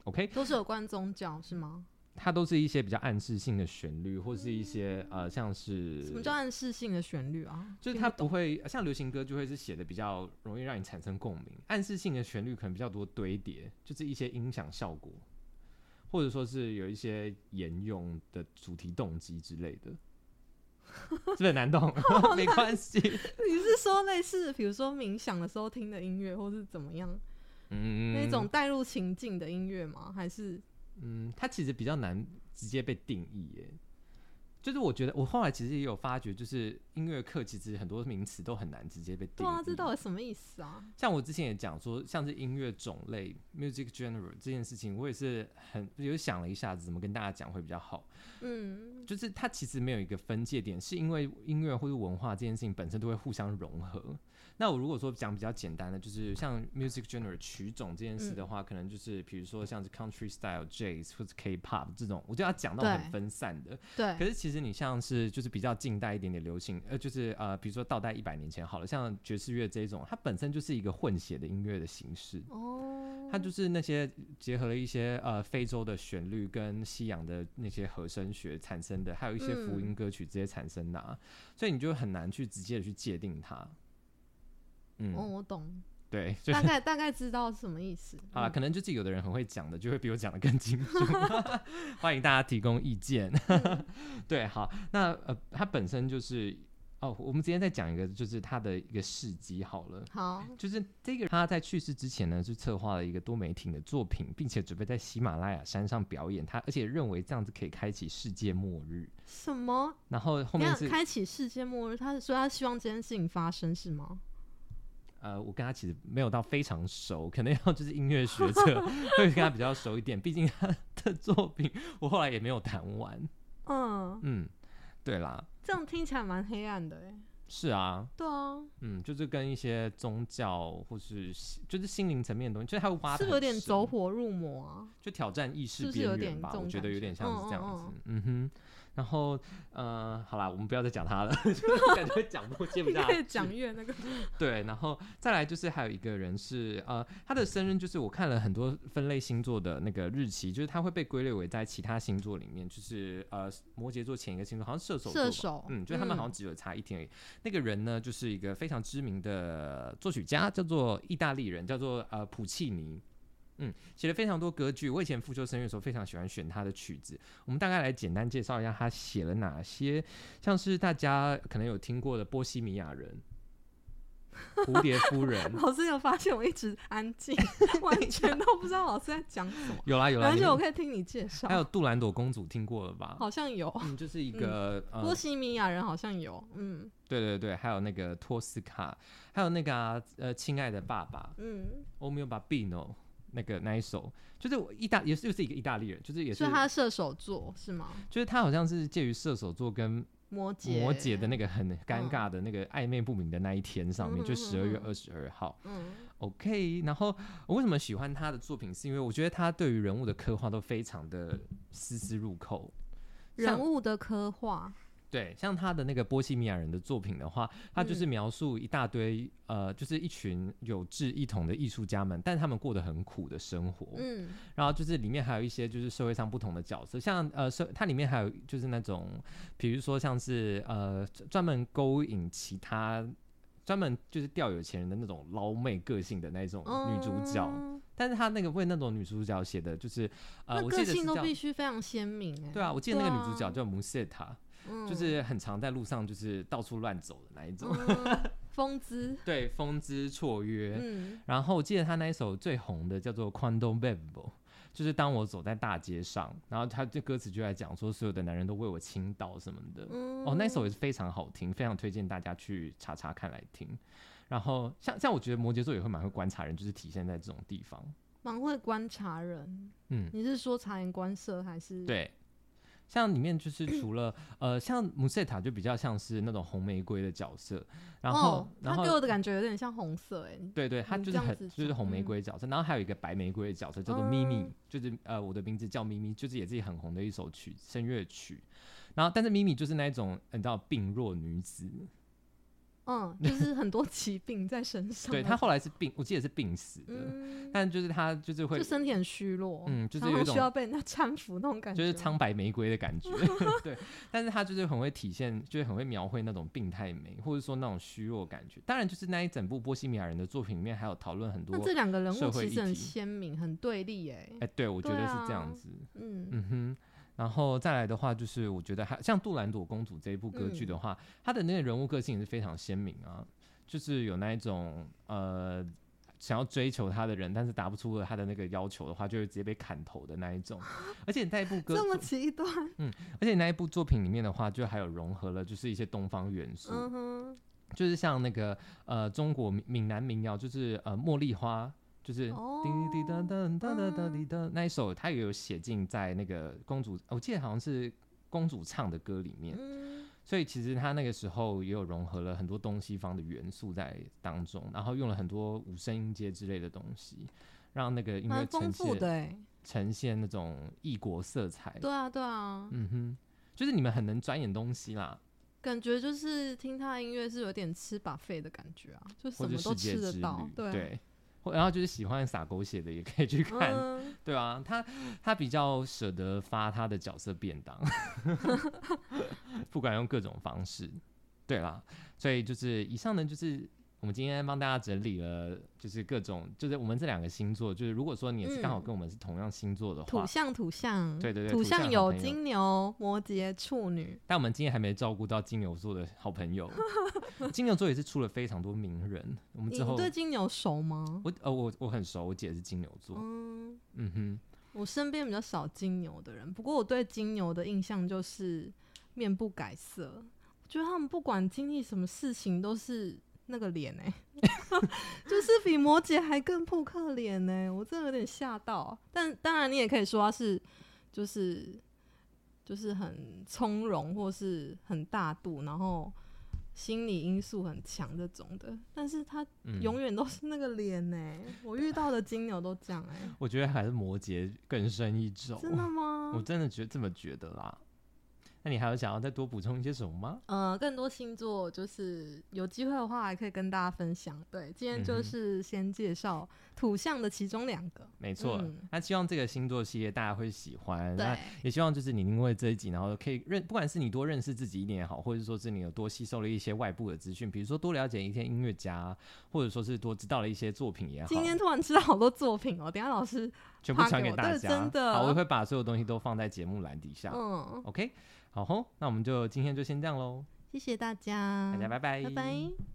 A: OK，
B: 都是有关宗教是吗？
A: 它都是一些比较暗示性的旋律，或是一些呃像是
B: 嗯什么叫暗示性的旋律啊？
A: 就是
B: 听
A: 它
B: 不懂
A: 不会像流行歌就会是写的比较容易让你产生共鸣，暗示性的旋律可能比较多堆叠，就是一些音响效果，或者说是有一些沿用的主题动机之类的， 是不是很难 懂？没关系，
B: 你是说类似，比如说冥想的时候听的音乐，或是怎么样、
A: 嗯，
B: 那种带入情境的音乐吗？还是
A: 嗯，它其实比较难直接被定义耶。就是我觉得我后来其实也有发觉，就是音乐课其实很多名词都很难直接被定义。
B: 对啊，这到底什么意思啊？
A: 像我之前也讲说，像是音乐种类 （music genre） 这件事情，我也是很有想了一下子，怎么跟大家讲会比较好。
B: 嗯，
A: 就是它其实没有一个分界点，是因为音乐或者文化这件事情本身都会互相融合。那我如果说讲比较简单的，就是像 music genre 曲种这件事
B: 嗯
A: 的话，可能就是比如说像是 country style jazz 或者 K-pop 这种，我就要讲到很
B: 对
A: 分散的。可
B: 对，
A: 是其实你像是就是比较近代一点点流行，呃，就是呃，比如说倒带一百年前好了，像爵士乐这一种，它本身就是一个混血的音乐的形式。
B: 哦，
A: 它就是那些结合了一些呃非洲的旋律跟西洋的那些和声学产生的，还有一些福
B: 嗯
A: 音歌曲直接产生的、啊，所以你就很难去直接的去界定它。嗯，
B: 哦，我懂，
A: 对，所以
B: 大概大概知道什么意思
A: 好啦，
B: 嗯
A: 可能就是有的人很会讲的，就会比我讲的更清 楚。 欢迎大家提供意见。
B: 嗯
A: 对，好，那呃，它本身就是哦，我们今天再讲一个，就是它的一个事迹好了。
B: 好，
A: 就是这个，他在去世之前呢，是策划了一个多媒体的作品，并且准备在喜马拉雅山上表演。他而且认为这样子可以开启世界末日。
B: 什么？
A: 然后后
B: 你
A: 面
B: 想
A: 是
B: 开启世界末日？他是说他希望这件事情发生是吗？
A: 呃，我跟他其实没有到非常熟，可能要就是音乐学 者会跟他比较熟一点。毕竟他的作品，我后来也没有谈完。
B: 嗯，
A: 嗯，对啦，
B: 这样听起来蛮黑暗的哎。
A: 是啊，
B: 对啊，
A: 嗯，就是跟一些宗教或是心就是心灵层面的东西，就是他会挖得
B: 是不
A: 很
B: 是有点
A: 深
B: 走火入魔啊？
A: 就挑战意
B: 是
A: 识
B: 不是
A: 边
B: 有
A: 缘
B: 点
A: 吧，
B: 这
A: 我
B: 种
A: 觉得
B: 感
A: 有点
B: 觉
A: 像是这样
B: 嗯
A: 子
B: 嗯，
A: 嗯哼。然后，呃，好啦，我们不要再讲他了， 就是感觉讲不接不 下
B: 越
A: 去。
B: 讲越那个。
A: 对，然后再来就是还有一个人是呃，他的生日就是我看了很多分类星座的那个日期，就是他会被归类为在其他星座里面，就是呃摩羯座前一个星座好像射手座吧，
B: 射手
A: 嗯，就是他们好像只有差一天而已。那个人呢，就是一个非常知名的作曲家，叫做意大利人，叫做呃普契尼。嗯，写了非常多歌剧。我以前复修声乐的时候，非常喜欢选他的曲子。我们大概来简单介绍一下他写了哪些，像是大家可能有听过的《波西米亚人》《蝴蝶夫人》
B: 老师有发现我一直 安静，完全都不知道老师在讲什么。
A: 有啦有啦，
B: 而
A: 你
B: 且我
A: 们
B: 可以听你介绍
A: 还，有杜兰朵公主听过了吧？
B: 好像有
A: 嗯，就是一个、
B: 波
A: 呃，
B: 西米亚人，好像有，嗯
A: 对对对，还有那个托斯卡，还有那个啊、呃，亲爱的爸爸
B: 嗯，
A: 欧米 o 巴比诺那个那一首，就是我意大也是就是一个意大利人，就是也是
B: 所以，他射手座是吗？
A: 就是他好像是介于射手座跟
B: 摩羯，
A: 摩羯的那个很尴尬的那个暧昧不明的那一天上面，
B: 嗯
A: 就十二月
B: 嗯
A: 二十二号。
B: 嗯
A: OK，然后我为什么喜欢他的作品，是因为我觉得他对于人物的刻画都非常的丝丝入扣。
B: 人
A: 像
B: 物的刻画，
A: 对，像他的那个波西米亚人的作品的话，他就是
B: 嗯
A: 描述一大堆、呃，就是一群有志一同的艺术家们，但他们过得很苦的生活。
B: 嗯
A: 然后就是里面还有一些就是社会上不同的角色，像呃社它里面还有就是那种，比如说像是呃专专门勾引其他。专门就是钓有钱人的那种捞妹个性的那种女主角，
B: 嗯
A: 但是她那个为那种女主角写的就是，呃，
B: 那
A: 我记
B: 个
A: 得是
B: 性都
A: 叫
B: 必须非常鲜明哎、
A: 对啊，我记得那个女主
B: 对
A: 角
B: 啊
A: 叫穆塞塔，
B: 嗯
A: 就是很常在路上就是到处乱走的那一种，
B: 嗯风姿，
A: 对，风姿绰约。
B: 嗯，
A: 然后我记得他那一首最红的叫做《Quando Bevo》，就是当我走在大街上，然后他这歌词就在讲说所有的男人都为我倾倒什么的。哦
B: 嗯
A: 哦，那首也是非常好听，非常推荐大家去查查看来听。然后像像我觉得摩羯座也会蛮会观察人，就是体现在这种地方。
B: 蛮会观察人。
A: 嗯，
B: 你是说察言观色还是？，
A: 对。像里面就是除了呃，像穆塞塔就比较像是那种红玫瑰的角色，然后、
B: 哦、
A: 然
B: 他
A: 后
B: 给我的感觉有点像红色哎、
A: 对对，他
B: 你
A: 就是
B: 这样
A: 很
B: 子
A: 就是
B: 讲
A: 红玫
B: 嗯
A: 瑰角色，然后还有一个白玫瑰的角色叫做咪咪，
B: 嗯
A: 就是呃我的名字叫咪咪，就是也是很红的一首曲声乐曲。然后但是咪咪就是那一种呃你知道病弱女子，
B: 嗯，就是很多疾病在身上。
A: 对她，后来是病，我记得是病死的，
B: 嗯，
A: 但就是她就是会
B: 就身体很虚弱，
A: 嗯就是
B: 然
A: 有一
B: 后
A: 种
B: 需要被人家搀扶那种感觉。
A: 就是苍白玫瑰的感 觉， 对。但是他就是很会体现，就是很会描绘那种病态美，或者说那种虚弱感觉。当然，就是那一整部《波西米亚人》的作品里面，还有讨论很多
B: 那。这两个人
A: 社
B: 物
A: 会
B: 其实
A: 议
B: 很
A: 题
B: 鲜明，很对立哎、
A: 哎、对，我觉
B: 对
A: 得是这样
B: 啊
A: 子。
B: 嗯，
A: 嗯哼。然后再来的话，就是我觉得还像《杜兰朵公主》这一部歌剧
B: 嗯
A: 的话，她的那个人物个性也是非常鲜明啊，就是有那一种呃想要追求她的人，但是达不出了她的那个要求的话，就会直接被砍头的那一种。而且那一部歌
B: 这么
A: 作
B: 极端，
A: 而且那一部作品里面的话，就还有融合了就是一些东方元素，
B: 嗯哼，
A: 就是像那个呃中国闽闽南民谣，就是呃茉莉花，就是
B: 哦嗯
A: 滴滴答答答答答滴答那一首，它也有写进在那个公主，我记得好像是。公主唱的歌里面，
B: 嗯，
A: 所以其实她那个时候也有融合了很多东西方的元素在当中，然后用了很多五声音阶之类的东西，让那个音乐
B: 蛮丰
A: 呈
B: 富的
A: 现
B: 哎、
A: 呈现那种异国色彩。
B: 对啊，对啊，
A: 嗯哼，就是你们很能钻研东西啦，
B: 感觉就是听他的音乐是有点吃把费的感觉啊，就
A: 或者
B: 什么
A: 世
B: 都
A: 界
B: 吃
A: 之
B: 得
A: 旅，
B: 到，啊，
A: 对。或然后就是喜欢撒狗血的也可以去看，
B: 嗯，
A: 对啊，他他比较舍得发他的角色便 当，不管用各种方式，对啦，所以就是以上呢，就是我们今天帮大家整理了，就是各种，就是我们这两个星座，就是如果说你也是刚好
B: 嗯
A: 跟我们是同样星座的话，
B: 土象土象，
A: 对对对
B: 土
A: 土象
B: 象
A: 好
B: 有
A: 朋友
B: 金牛、摩羯、处女，
A: 但我们今天还没照顾到金牛座的好朋 友，金牛座也是出了非常多名人，我们
B: 你
A: 之
B: 你
A: 后
B: 对金牛熟吗？
A: 我呃我我很熟，我姐是金牛座，
B: 嗯，
A: 嗯哼，
B: 我身边比较少金牛的人，不过我对金牛的印象就是面不改色，我觉得他们不管经历什么事情都是那个脸哎、 就是比摩羯还更扑克脸呢、我真的有点吓到。但当然，你也可以说他是就是就是很从容或是很大度，然后心理因素很强这种的，但是他
A: 嗯，
B: 永远都是那个脸呢、我遇到的金牛都这样哎、
A: 我觉得还是摩羯更胜一筹，
B: 真的吗？
A: 我真的觉这么觉得啦。那你还有想要再多补充一些什么吗？
B: 呃，更多星座就是有机会的话，还可以跟大家分享。对，今天
A: 嗯
B: 就
A: 哼
B: 是先介绍土象的其中两个。
A: 没错，
B: 嗯
A: 那希望这个星座系列大家会喜欢。
B: 对
A: 那，也希望就是你因为这一集，然后可以认，不管是你多认识自己一点也好，或者说是你有多吸收了一些外部的资讯，比如说多了解一些音乐家，或者说是多知道了一些作品也好，
B: 今天突然知道好多作品哦，等一下老师，
A: 全部
B: 发
A: 传
B: 给
A: 给
B: 我
A: 大
B: 对
A: 家。
B: 真的
A: 好，我会把所有东西都放在节目栏底下。
B: 嗯，
A: OK，好吼，那我们就今天就先这样喽，
B: 谢谢大家，
A: 大家拜拜，
B: 嗯拜拜